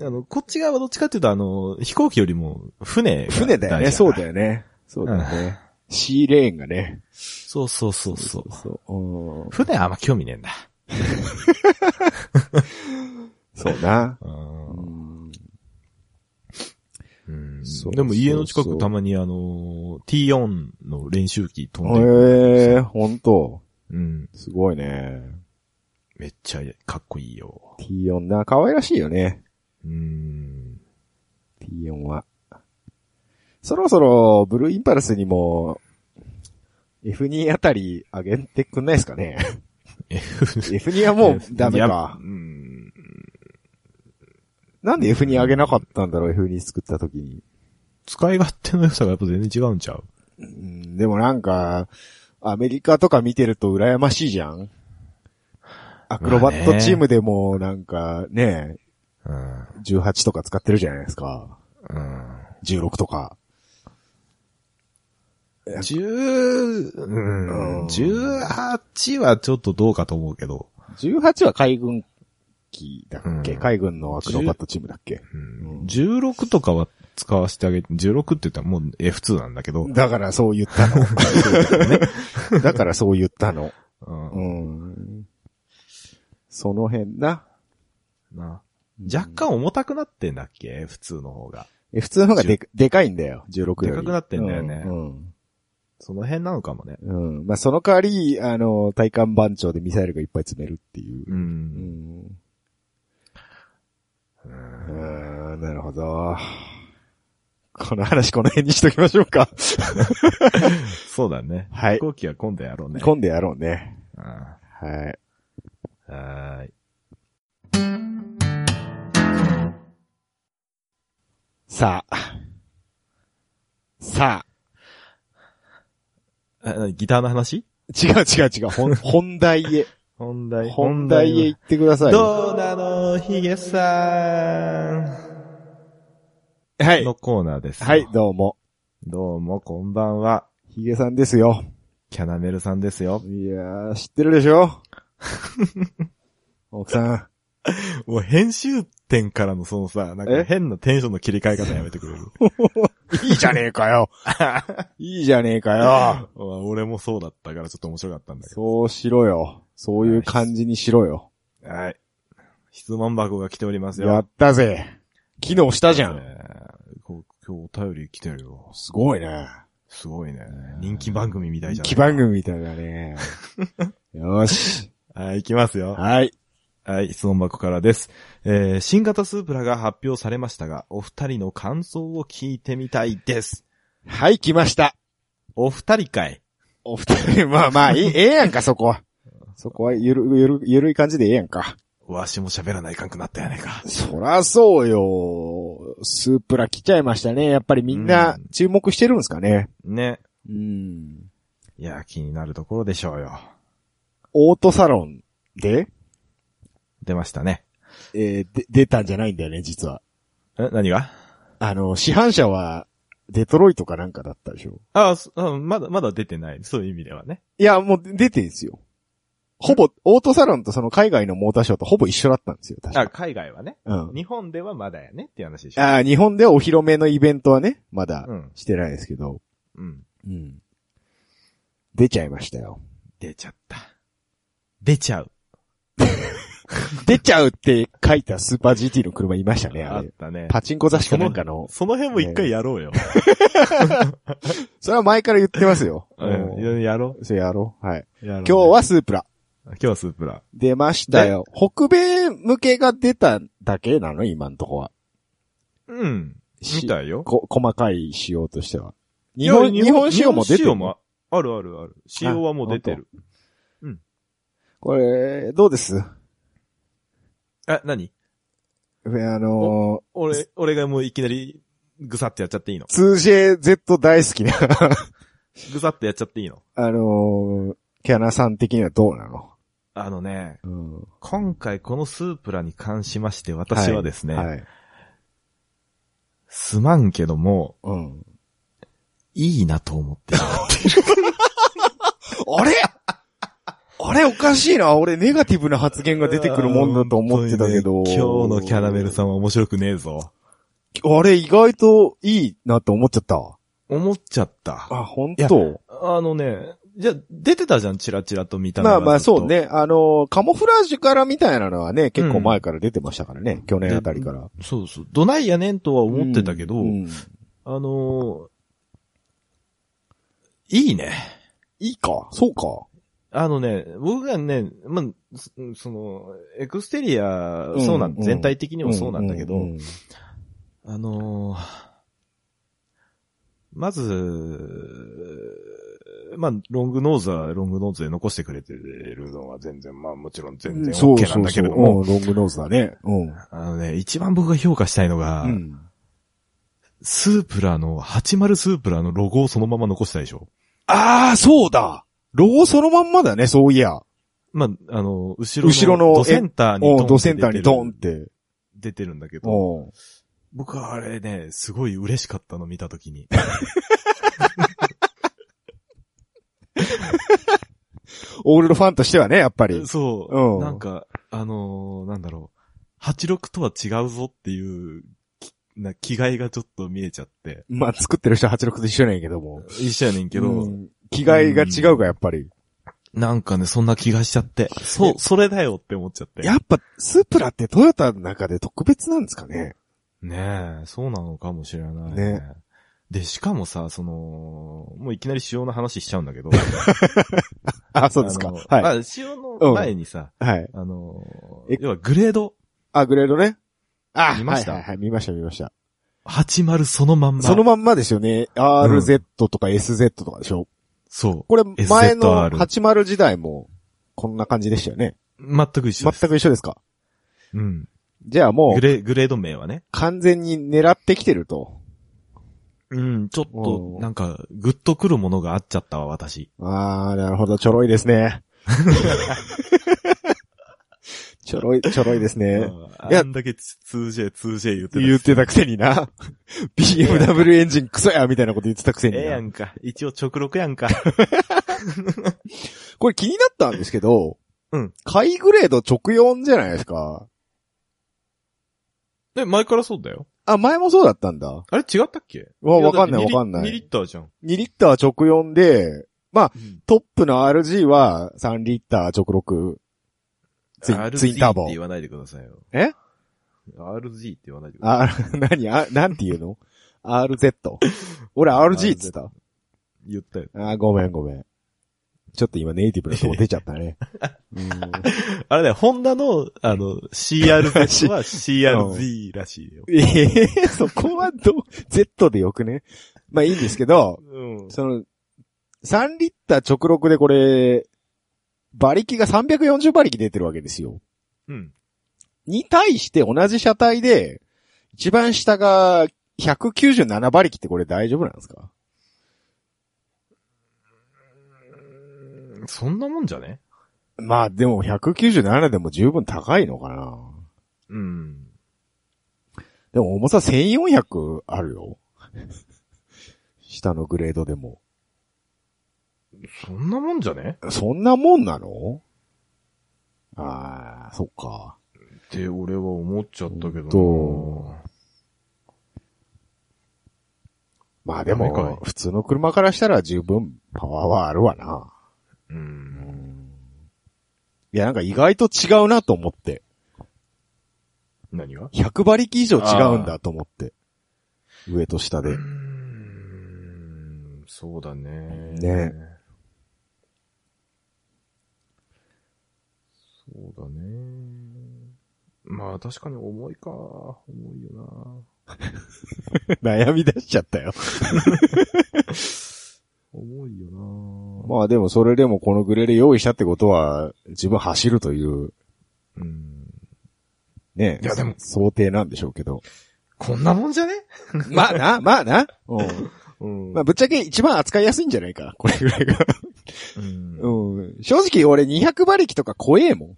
Speaker 1: あの、こっち側はどっちかっていうと、あの、飛行機よりも船。
Speaker 2: [laughs] 船だよね。そうだ
Speaker 1: よ。
Speaker 2: よね。そうだよね。シーレーンがね。
Speaker 1: そうそうそうそう。
Speaker 2: そう。うん
Speaker 1: 船あんま興味ねえんだ。
Speaker 2: そうな。
Speaker 1: う
Speaker 2: うんん
Speaker 1: うん
Speaker 2: そう
Speaker 1: でも家の近
Speaker 2: そうそ
Speaker 1: く
Speaker 2: う
Speaker 1: たまにあの、T4 の練習機飛んで
Speaker 2: へえ
Speaker 1: る。
Speaker 2: ー、ほんと。
Speaker 1: うん。
Speaker 2: すごいね。
Speaker 1: めっちゃかっこいいよ。
Speaker 2: T4 な、可愛らしいよね。
Speaker 1: うん。
Speaker 2: T4 は。そろそろ、ブルーインパルスにも、F2 あたり上げてくんないです
Speaker 1: [laughs]
Speaker 2: かね ?F2 はもうダメ
Speaker 1: いや
Speaker 2: か
Speaker 1: う。ん。
Speaker 2: なんで F2 上げなかったんだろう ?F2 作った時に。
Speaker 1: 使い勝手の良さがやっぱ全然違うんちゃう
Speaker 2: うん、でもなんか、アメリカとか見てると羨ましいじゃんアクロバットチームでもなんかね、
Speaker 1: うん。
Speaker 2: 18とか使ってるじゃないですか。
Speaker 1: うん。
Speaker 2: 16とか。
Speaker 1: 十、うん、18はちょっとどうかと思うけど、
Speaker 2: 18は海軍機だっけ、
Speaker 1: うん
Speaker 2: 海軍のアクロバットチームだっけ
Speaker 1: うん、16とかは使わせてあげて、16って言ったらもう F2 なんだけど、
Speaker 2: だからそう言ったの。 [laughs] だからそう言ったの。
Speaker 1: うん
Speaker 2: うん。その辺な。
Speaker 1: な若干重たくなってんだっけ ?F2 の方が。
Speaker 2: え普通の方がでかでかいんだよ、16より。
Speaker 1: でかくなってんだよね
Speaker 2: うん。うん
Speaker 1: その辺なのかもね。
Speaker 2: うんまあ、その代わり、あの、体幹番長でミサイルがいっぱい詰めるっていう。
Speaker 1: う。
Speaker 2: うんん。うん、なるほど。この話この辺にしときましょうか。
Speaker 1: そうだね。
Speaker 2: [laughs] はい
Speaker 1: 飛行機は今度やろうね。
Speaker 2: 今度やろうね。
Speaker 1: うん
Speaker 2: はい。
Speaker 1: はーい。
Speaker 2: さあ。さあ。
Speaker 1: あなにギターの話
Speaker 2: 違う違う違う。ほん [laughs] 本題へ。
Speaker 1: 本題。
Speaker 2: 本題へ行ってください。は
Speaker 1: どうなのヒゲさん
Speaker 2: い。
Speaker 1: のコーナーです。
Speaker 2: はい、。どうも。
Speaker 1: どうも、こんばんは。
Speaker 2: ヒゲさんですよ。
Speaker 1: キャナメルさんですよ。
Speaker 2: いやー、知ってるでし [laughs] ょ奥さん。
Speaker 1: もう編集点からのそのさ、なん
Speaker 2: え
Speaker 1: か変なテンションの切り替え方やめてくれ [laughs] る。
Speaker 2: いいじゃねえか
Speaker 1: [laughs]
Speaker 2: よ。いいじゃねえかよ。
Speaker 1: 俺もそうだったからちょっと面白かったんだけど。
Speaker 2: そうしろよ。そういう感じにしろよ。
Speaker 1: はい。質問箱が来ておりますよ。
Speaker 2: やったぜ。機能したじゃん。
Speaker 1: えーこ今日お便り来てるよ。
Speaker 2: すごいね。
Speaker 1: すごいね。人気番組みたいじゃん。
Speaker 2: 人気番組みたいだね。よーし。
Speaker 1: はい、いきますよ。
Speaker 2: はい。
Speaker 1: はい、質問箱からです。えー、新型スープラが発表されましたが、お二人の感想を聞いてみたいです。
Speaker 2: はい、来ました。
Speaker 1: お二人かい。
Speaker 2: お二人、 [laughs] まあまあ、いいええやんか、そこは。そこは、ゆる、ゆる、ゆるい感じでええやんか。
Speaker 1: わしも喋らないかんくなったやないか。
Speaker 2: そらそうよ。スープラ来ちゃいましたね。やっぱりみんな
Speaker 1: うん
Speaker 2: 注目してるんですかね。
Speaker 1: ね。
Speaker 2: うん。
Speaker 1: いや、気になるところでしょうよ。
Speaker 2: オートサロンで、
Speaker 1: 出ましたね。
Speaker 2: えーで、出たんじゃないんだよね、実は。
Speaker 1: え、何が
Speaker 2: あの、市販車は、デトロイトかなんかだったでしょ。
Speaker 1: あそあ、まだ、まだ出てない。そういう意味ではね。
Speaker 2: いや、もう出てんすよ。ほぼ、オートサロンとその海外のモーターショーとほぼ一緒だったんですよ、確
Speaker 1: あ、
Speaker 2: か。
Speaker 1: 海外はね。
Speaker 2: うん。
Speaker 1: 日本ではまだやねっていう話でしょ。
Speaker 2: あー日本ではお披露目のイベントはね、まだ
Speaker 1: うん。
Speaker 2: してないですけど。
Speaker 1: うん。
Speaker 2: うん。出ちゃいましたよ。
Speaker 1: 出ちゃった。出ちゃう。
Speaker 2: 出ちゃうって書いたスーパー GT の車いましたね、
Speaker 1: あ
Speaker 2: あ
Speaker 1: っ
Speaker 2: れ。
Speaker 1: たね。
Speaker 2: パチンコ雑誌かなんかの。
Speaker 1: その辺も一回やろうよ。
Speaker 2: それは前から言ってますよ。
Speaker 1: [laughs] うん、やろ
Speaker 2: それやろう。はい。
Speaker 1: う。やろうね
Speaker 2: 今日はスープラ。
Speaker 1: 今日はスープラ。
Speaker 2: 出ましたよ。北米向けが出ただけなの今んとこは。
Speaker 1: うん。
Speaker 2: し
Speaker 1: みたいよ。
Speaker 2: こ、細かい仕様としては。日本、
Speaker 1: いや
Speaker 2: 日本仕様も出て
Speaker 1: 日本仕様
Speaker 2: る。
Speaker 1: もあるあるある。仕様はもう出てる。
Speaker 2: これ、どうです
Speaker 1: あ、何
Speaker 2: あの
Speaker 1: 俺、俺がもういきなり、ぐさってやっちゃっていいの
Speaker 2: ー、2JZ 大好きな、
Speaker 1: ぐさってやっちゃっていいの
Speaker 2: [laughs] あのーキャナさん的にはどうなの
Speaker 1: あのね、
Speaker 2: うん。
Speaker 1: 今回このスープラに関しまして、私はですね、
Speaker 2: はい。
Speaker 1: すまんけども、
Speaker 2: うん。
Speaker 1: いいなと思ってる。
Speaker 2: あれ [laughs] あれおかしいな。俺ネガティブな発言が出てくるもんだと思ってたけど。
Speaker 1: 本当にね今日のキャラメルさんは面白くねえぞ。
Speaker 2: ん。あれ意外といいなと思っちゃった。
Speaker 1: 思っちゃった。
Speaker 2: あ、本当
Speaker 1: あのね、じゃ、出てたじゃん、チラチラと見た目
Speaker 2: ま
Speaker 1: が
Speaker 2: あまあ
Speaker 1: ずっと
Speaker 2: そう。ね。あの、カモフラージュからみたいなのはね、結構前から出てましたからね。去年あたりから。
Speaker 1: そうそう。どないやねんとは思ってたけど、
Speaker 2: うんうん
Speaker 1: あのーいいね。
Speaker 2: いいか。そうか。
Speaker 1: あのね、僕がね、まあ、そその、エクステリア、
Speaker 2: うん
Speaker 1: そうなん、
Speaker 2: うん
Speaker 1: 全体的にもそうなんだけど、
Speaker 2: ううん
Speaker 1: あのーまず、まあ、ロングノーズはロングノーズで残してくれてるのは全然、まあもちろん全然
Speaker 2: そう
Speaker 1: OK な
Speaker 2: そ
Speaker 1: ん
Speaker 2: う
Speaker 1: だけ
Speaker 2: そう。
Speaker 1: れ
Speaker 2: う
Speaker 1: ども、
Speaker 2: んロングノーズだね。うん。
Speaker 1: あのね、一番僕が評価したいのが、
Speaker 2: うん
Speaker 1: スープラの、80スープラのロゴをそのまま残したでしょ
Speaker 2: ああ、そうだロゴそのまんまだね、そういや。
Speaker 1: まあ、あの、後ろの、
Speaker 2: 後ろの
Speaker 1: ドセンターにド
Speaker 2: う
Speaker 1: ン
Speaker 2: ん、
Speaker 1: って
Speaker 2: ドセンターにドンっ
Speaker 1: 出てる
Speaker 2: て。
Speaker 1: 出てるんだけど、
Speaker 2: うん。
Speaker 1: 僕はあれね、すごい嬉しかったの見たときに。
Speaker 2: オールドファンとしてはね、やっぱり。
Speaker 1: そう、
Speaker 2: うん
Speaker 1: なんか、あのーなんだろう、86とは違うぞっていう、きな、気概がちょっと見えちゃって。
Speaker 2: まあ、作ってる人は86と一緒なんやけども。
Speaker 1: 一緒やねんけど、
Speaker 2: うん着替えが違うか、やっぱり。
Speaker 1: なんかね、そんな気がしちゃって。そう、それだよって思っちゃって。
Speaker 2: やっぱ、スープラってトヨタの中で特別なんですかね。
Speaker 1: ねえ、そうなのかもしれないね。
Speaker 2: ね
Speaker 1: で、しかもさ、その、もういきなり塩の話しちゃうんだけど。
Speaker 2: [laughs] あ、 [laughs] そうですか。
Speaker 1: あの
Speaker 2: は
Speaker 1: あ塩の前にさ、
Speaker 2: い。はい。
Speaker 1: あの
Speaker 2: え、
Speaker 1: 要はグレード
Speaker 2: あ、グレードね。あ、
Speaker 1: 見ました
Speaker 2: はいはいはい、見ました、見ました。
Speaker 1: 80そのまんま。
Speaker 2: そのまんまですよね。RZ とか SZ とかでしょ。
Speaker 1: そう。
Speaker 2: これ、前の
Speaker 1: SZR
Speaker 2: 80時代も、こんな感じでしたよね。
Speaker 1: 全く一緒
Speaker 2: 全
Speaker 1: です。
Speaker 2: く一緒ですか。
Speaker 1: うん。
Speaker 2: じゃあも
Speaker 1: グ
Speaker 2: う、
Speaker 1: レ、グレード名はね。
Speaker 2: 完全に狙ってきてると。
Speaker 1: うん、ちょっ
Speaker 2: う
Speaker 1: と、
Speaker 2: ん
Speaker 1: なんか、グッとくるものがあっちゃったわ、私。
Speaker 2: あー、なるほど、ちょろいです
Speaker 1: [laughs]
Speaker 2: ね。ちょろい、ちょろいですね。
Speaker 1: あ
Speaker 2: いや
Speaker 1: あんだけ 2J、2J 言ってた
Speaker 2: 言ってたくせに [laughs] な。BMW エンジンクソやみたいなこと言ってたくせに
Speaker 1: ええや
Speaker 2: な。
Speaker 1: んか。一応直録やんか。
Speaker 2: これ気になったんですけど、
Speaker 1: うん。
Speaker 2: ハイグレード直4じゃないですか。
Speaker 1: [laughs] で、前からそうだよ。
Speaker 2: あ、前もそうだったんだ。
Speaker 1: あれ違ったっけ
Speaker 2: わ、わかんない
Speaker 1: やだっ
Speaker 2: わ
Speaker 1: て
Speaker 2: かんな
Speaker 1: 2リ
Speaker 2: い。
Speaker 1: ッターじゃん。
Speaker 2: 2リッター直4で、トップの RG は3リッター直6。ツイン
Speaker 1: RG
Speaker 2: ツインターボ
Speaker 1: って言わないでくださいよ。
Speaker 2: え
Speaker 1: ?RG って言わないでください。
Speaker 2: あ、 [laughs] 何あ、なんて言うの ?RZ。俺 RG っつった。
Speaker 1: 言ったよ。
Speaker 2: あー、ごめんごめん。ちょっと今ネイティブのとこ出ちゃっ
Speaker 1: [laughs]
Speaker 2: たね。うん
Speaker 1: あれだよ、ホンダの、あの、CRZ は CRZ らしいよ。
Speaker 2: えーそこはどう、Z でよくね。まあいいんですけど、
Speaker 1: うん。
Speaker 2: その、3リッター直録でこれ、馬力が340馬力出てるわけですよ。
Speaker 1: うん。
Speaker 2: に対して同じ車体で、一番下が197馬力ってこれ大丈夫なんですか
Speaker 1: そんなもんじゃね
Speaker 2: まあでも197でも十分高いのかな
Speaker 1: うん。
Speaker 2: でも重さ1400あるよ。 [laughs] 下のグレードでも。
Speaker 1: そんなもんじゃね
Speaker 2: そんなもんなのああ、そっか。
Speaker 1: って俺は思っちゃったけど
Speaker 2: ほ
Speaker 1: な。
Speaker 2: まあで
Speaker 1: ダメかい
Speaker 2: も、普通の車からしたら十分パワーはあるわな。
Speaker 1: うん。
Speaker 2: いや、なんか意外と違うなと思って。
Speaker 1: 何が
Speaker 2: 100馬力以上違うんだと思って。上と下
Speaker 1: う [laughs]
Speaker 2: で。
Speaker 1: ん。そうだね。
Speaker 2: ね。
Speaker 1: そうだね。まあ確かに重いか。重いよ
Speaker 2: 悩み出しちゃったよ。
Speaker 1: な。重いよな。
Speaker 2: まあでもそれでもこのグレーで用意したってことは、自分走るという
Speaker 1: うん。
Speaker 2: ね。
Speaker 1: いやでも
Speaker 2: 想定なんでしょうけ
Speaker 1: [laughs]
Speaker 2: ど。
Speaker 1: こんなもんじゃね
Speaker 2: まあな、まあな。うん。
Speaker 1: うん
Speaker 2: まあぶっちゃけ一番扱いやすいんじゃないか。これぐらいが。
Speaker 1: うん
Speaker 2: うん。正直俺200馬力とか怖えもん。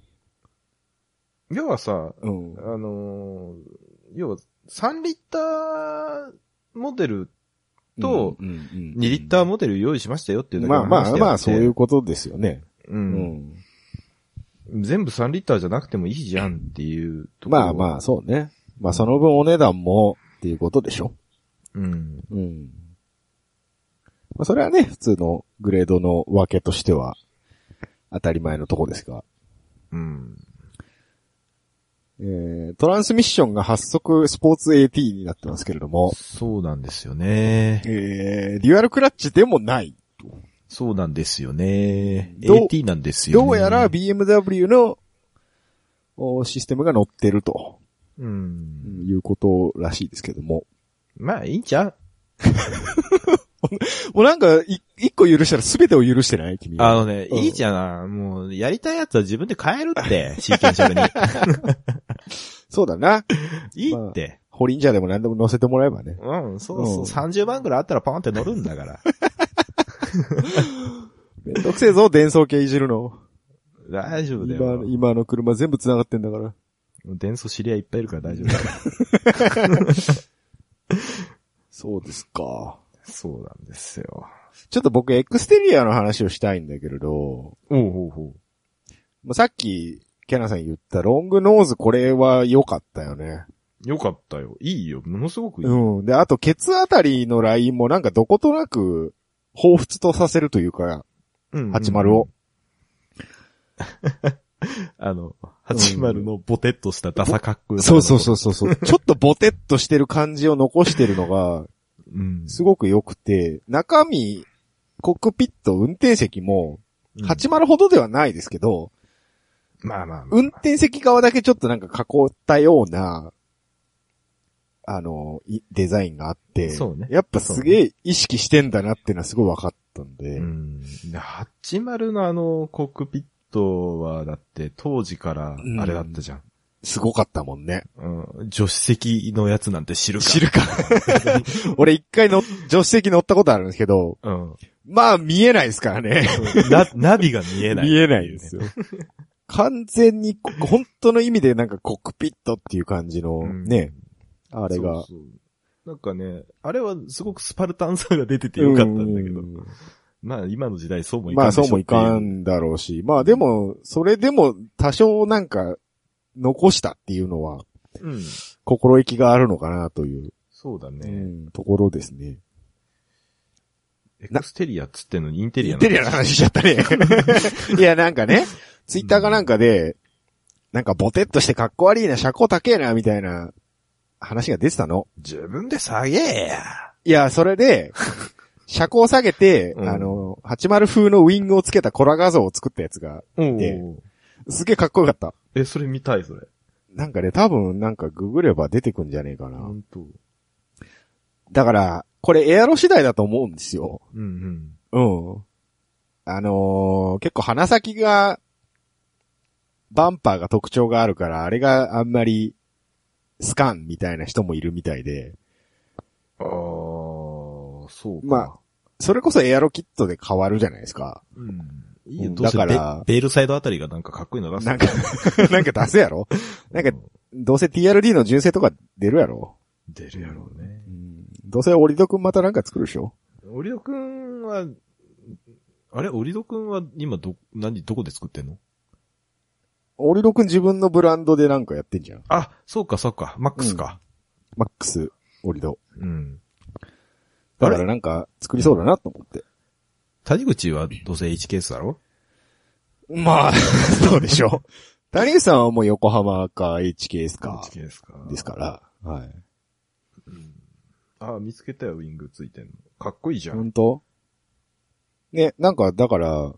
Speaker 1: 要はさ、
Speaker 2: うん
Speaker 1: あ。のー要は3リッターモデルと
Speaker 2: うん、2
Speaker 1: 2リッターモデル用意しましたよっていうだけ
Speaker 2: まあ
Speaker 1: の
Speaker 2: ま
Speaker 1: 話
Speaker 2: あ
Speaker 1: で
Speaker 2: ま
Speaker 1: あ
Speaker 2: あ、
Speaker 1: って
Speaker 2: そういうことですよね。
Speaker 1: う。
Speaker 2: うんん。
Speaker 1: 全部3リッターじゃなくてもいいじゃんっていうところ。
Speaker 2: まあまあ、そうね。まあその分お値段もっていうことでしょ。
Speaker 1: うん。
Speaker 2: うん。まあそれはね、普通のグレードの分けとしては当たり前のとこですが。
Speaker 1: うん。
Speaker 2: えー、トランスミッションが発足スポーツ AT になってますけれども、
Speaker 1: そうなんですよね。
Speaker 2: えー、デュアルクラッチでもない。
Speaker 1: そうなんですよね。
Speaker 2: どう
Speaker 1: AT なんですよね。
Speaker 2: どうやら BMW のおシステムが乗ってると
Speaker 1: うん。
Speaker 2: いうことらしいですけども。
Speaker 1: まあ、いいんちゃう
Speaker 2: もうなんか、い一個許したら全てを許してない君は。
Speaker 1: あのね、
Speaker 2: うん
Speaker 1: いいじゃない。もう、やりたいやつは自分で変える
Speaker 2: [laughs]
Speaker 1: って、シーケンシャルに。
Speaker 2: そうだな。
Speaker 1: いいって。
Speaker 2: ホリンジャーでも何でも乗せてもらえばね。
Speaker 1: うん、そうそうう。
Speaker 2: ん
Speaker 1: 30万ぐらいあったらパーンって乗るんだ
Speaker 2: [laughs]
Speaker 1: から。
Speaker 2: めんどくせえぞ、伝送系いじるの。
Speaker 1: 大丈夫だ
Speaker 2: 今
Speaker 1: よ、。
Speaker 2: 今の車全部繋がってんだから。
Speaker 1: 伝送知り合いいっぱいいるから大丈夫
Speaker 2: [laughs]
Speaker 1: だよ。
Speaker 2: そうですか。
Speaker 1: そうなんですよ。
Speaker 2: ちょっと僕、エクステリアの話をしたいんだけれど、
Speaker 1: おうほうほ
Speaker 2: まあさっき、キャナさん言ったロングノーズ、これは良かったよね。
Speaker 1: う。よかったよ。いいよ。ものすごくいい。
Speaker 2: うん。で、あと、ケツあたりのラインもなんかどことなく、彷彿とさせるというか、
Speaker 1: うん
Speaker 2: 80を。
Speaker 1: あの、80のボテッとしたダサかっこよさ
Speaker 2: そうそうそうそう [laughs] そう。ちょっとボテッとしてる感じを残してるのが、
Speaker 1: う。うん。
Speaker 2: すごく良くて、中身、コックピット、運転席も、80ほどではないですけど、
Speaker 1: まあまあまあ。
Speaker 2: 運転席側だけちょっとなんか囲ったような、あの、いデザインがあって、
Speaker 1: そうね
Speaker 2: やっぱすげえ意識してんだなってのはすごい分かったんで、
Speaker 1: うん。で80のあの、コックピットは、だって当時からあれだったじゃん。
Speaker 2: すごかったもんね。
Speaker 1: うん。助手席のやつなんて知るか。
Speaker 2: 知るか。俺一回の、助手席乗ったことあるんですけど、
Speaker 1: うん。
Speaker 2: まあ見えないですからね。
Speaker 1: な、ナビが見えない。
Speaker 2: 見えないですよ。完全に、こ本当の意味でなんかコックピットっていう感じの
Speaker 1: うん
Speaker 2: ね、あ
Speaker 1: あ
Speaker 2: れが。
Speaker 1: なんかね、あれはすごくスパルタンさが出ててよかったんだけど
Speaker 2: う。ん
Speaker 1: まあ今の時代そうもいかん
Speaker 2: まあ
Speaker 1: でし
Speaker 2: そ
Speaker 1: ょ
Speaker 2: うもいかんだろうし、まあでも、それでも多少なんか残したっていうのは
Speaker 1: っていう。うん。
Speaker 2: 心意気があるのかなという、
Speaker 1: そうだね。
Speaker 2: うんところですね。
Speaker 1: エクステリアっつってんのにインテリア
Speaker 2: イン
Speaker 1: な
Speaker 2: テリアの話しちゃったね。 [laughs] いやなんかね、ツイッターかなんかで、なんかボテっとしてかっこ悪いな、車高高えな、みたいな話が出てたの。
Speaker 1: 自分で下げや。
Speaker 2: いや、それ [laughs] で、車高下げて、
Speaker 1: うん
Speaker 2: あの、80風のウィングをつけたコラ画像を作ったやつが、
Speaker 1: お
Speaker 2: で
Speaker 1: お。
Speaker 2: すげえかっこよかった。
Speaker 1: え、それ見たい、それ。
Speaker 2: なんかね、多分なんかググれば出てくんじゃねえかな。
Speaker 1: 本当。うん
Speaker 2: だから、これエアロ次第だと思うんですよ。
Speaker 1: うん。
Speaker 2: うん。あのー結構鼻先が、バンパーが特徴があるから、あれがあんまり、スカンみたいな人もいるみたいで、
Speaker 1: ああ、そうか。
Speaker 2: まあそれこそエアロキットで変わるじゃないですか。
Speaker 1: うん。いいよ、
Speaker 2: うん
Speaker 1: どうせ
Speaker 2: だから
Speaker 1: ベベールサイドあたりがなんかかっこいいの出す
Speaker 2: なんか、なんか出 [laughs] せやろなんか
Speaker 1: う、
Speaker 2: どうせ TRD の純正とか出るやろ
Speaker 1: 出るやろうね
Speaker 2: う。んどうせオリド君またなんか作るでしょ
Speaker 1: オリドくんは、あれオリドくんは今ど、何、どこで作ってんの
Speaker 2: オリド君自分のブランドでなんかやってんじゃん。
Speaker 1: あ、そうか、そうか、マックスか。
Speaker 2: マックス、オリド。
Speaker 1: うん。
Speaker 2: だからなんか作りそうだなと思って。
Speaker 1: 谷口はどうせ H ケースだろ
Speaker 2: まあ、 [laughs] そうでしょう。谷口さんはもう横浜か HKS か
Speaker 1: ?H ケースか。
Speaker 2: ですから。はい。
Speaker 1: あー見つけたよ、ウィングついてんの。かっこいいじゃん。
Speaker 2: 本当ね、なんかだから、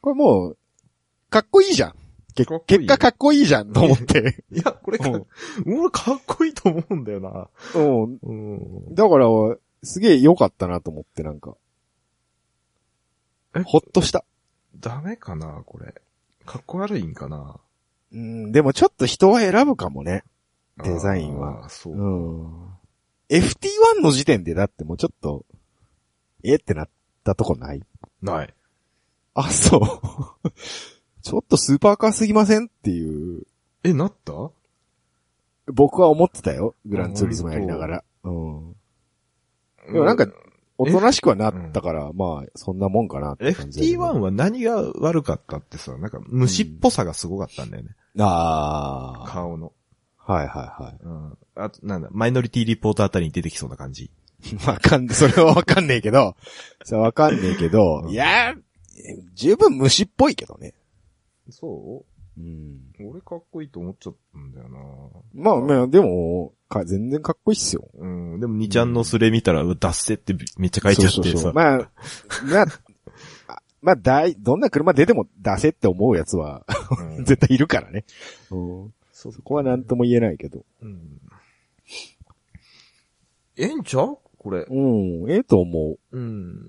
Speaker 2: これもう、かっこいいじゃん。け
Speaker 1: かっこいい
Speaker 2: 結果かっこいいじゃんと思って。
Speaker 1: いや、これか、
Speaker 2: うん
Speaker 1: 俺かっこいいと思 [laughs] うんだよな。
Speaker 2: うん。
Speaker 1: うん。
Speaker 2: だから、すげえ良かったなと思ってなんか
Speaker 1: え。
Speaker 2: ほっとした。
Speaker 1: ダメかな、これ。かっこ悪いんかな。
Speaker 2: うん、でもちょっと人は選ぶかもね。デザインは
Speaker 1: あー。そうう。
Speaker 2: ん。FT1 の時点でだってもうちょっと、えってなったとこない
Speaker 1: ない。
Speaker 2: あ、そう。 [laughs] ちょっとスーパーカーすぎませんっていう、
Speaker 1: え、なった
Speaker 2: 僕は思ってたよ。グランツーリズムやりながら。うん。でもなんか、おとなしくはなったから、まあ、そんなもんかなって感じだけ
Speaker 1: FT1
Speaker 2: ど。
Speaker 1: は何が悪かったってさ、なんか虫っぽさがすごかったんだよね。
Speaker 2: あ
Speaker 1: 顔の。
Speaker 2: あ。はいはいは
Speaker 1: うん。あと、なんだ、マイノリティリポートあたりに出てきそうな感じ。
Speaker 2: い。わかん、それはわかんねえけど、 [laughs] それはわかんねえけど
Speaker 1: う、ん
Speaker 2: いやー、十分虫っぽいけどね。
Speaker 1: そ
Speaker 2: うん。
Speaker 1: う俺かっこいいと思っちゃったんだよな
Speaker 2: まあ、まあ、でも、か、全然かっこいいっすよ。
Speaker 1: うん。でも、2ちゃんのスレ見たら、うわ出せってめっちゃ書いてあってさ。
Speaker 2: そうそうそうまあ、 [laughs] まあ、あまあ、だい、どんな車出ても出せって思うやつは、
Speaker 1: [laughs] うん
Speaker 2: [laughs] 絶対いるからね。
Speaker 1: そ
Speaker 2: そこはなんとも言えないけど。
Speaker 1: うん。ええんちゃうこれ。
Speaker 2: うん、ええと思う。
Speaker 1: うん。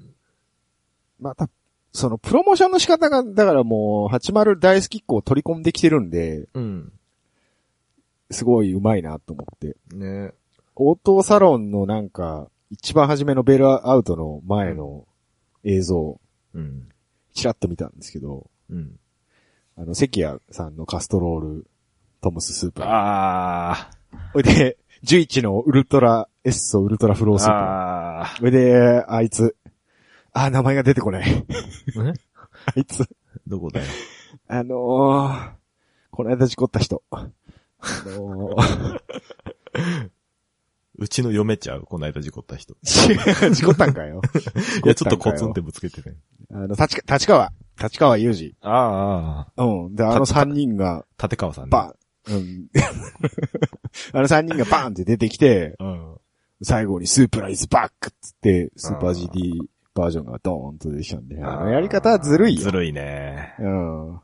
Speaker 2: また、その、プロモーションの仕方が、だからもう、80大好きっ子を取り込んできてるんで、
Speaker 1: うん。
Speaker 2: すごい上手いなと思って。
Speaker 1: ね
Speaker 2: 応答サロンのなんか、一番初めのベルアウトの前の映像、
Speaker 1: うん。
Speaker 2: ちらっと見たんですけど、
Speaker 1: うん。
Speaker 2: あの、関谷さんのカストロール、トムススープ。
Speaker 1: あ
Speaker 2: ほいで、11のウルトラ、エッソウルトラフロースー
Speaker 1: あ
Speaker 2: プ。ほいで、あいつ。あー、名前が出てこない。
Speaker 1: ー。ね
Speaker 2: あいつ。
Speaker 1: [laughs] どこだよ。
Speaker 2: あのー、この間事故った人。あの
Speaker 1: うちの嫁ちゃうこの間事故った人。
Speaker 2: ー、 [laughs] 事故ったんかよ。
Speaker 1: [laughs] いや、ちょっとコツンってぶつけてね。
Speaker 2: あの、立ち、立川。立川裕二。
Speaker 1: ああ。
Speaker 2: うん。で、あの三人が、
Speaker 1: 立川さんね。
Speaker 2: バーン。うん。 [laughs] あの三人がバーンって出てきて、
Speaker 1: うん。
Speaker 2: 最後にスープライズバックっつって、スーパー GD バージョンがドーンと出てきたんで、あのやり方はずるいよ
Speaker 1: ず。るいね。
Speaker 2: うん。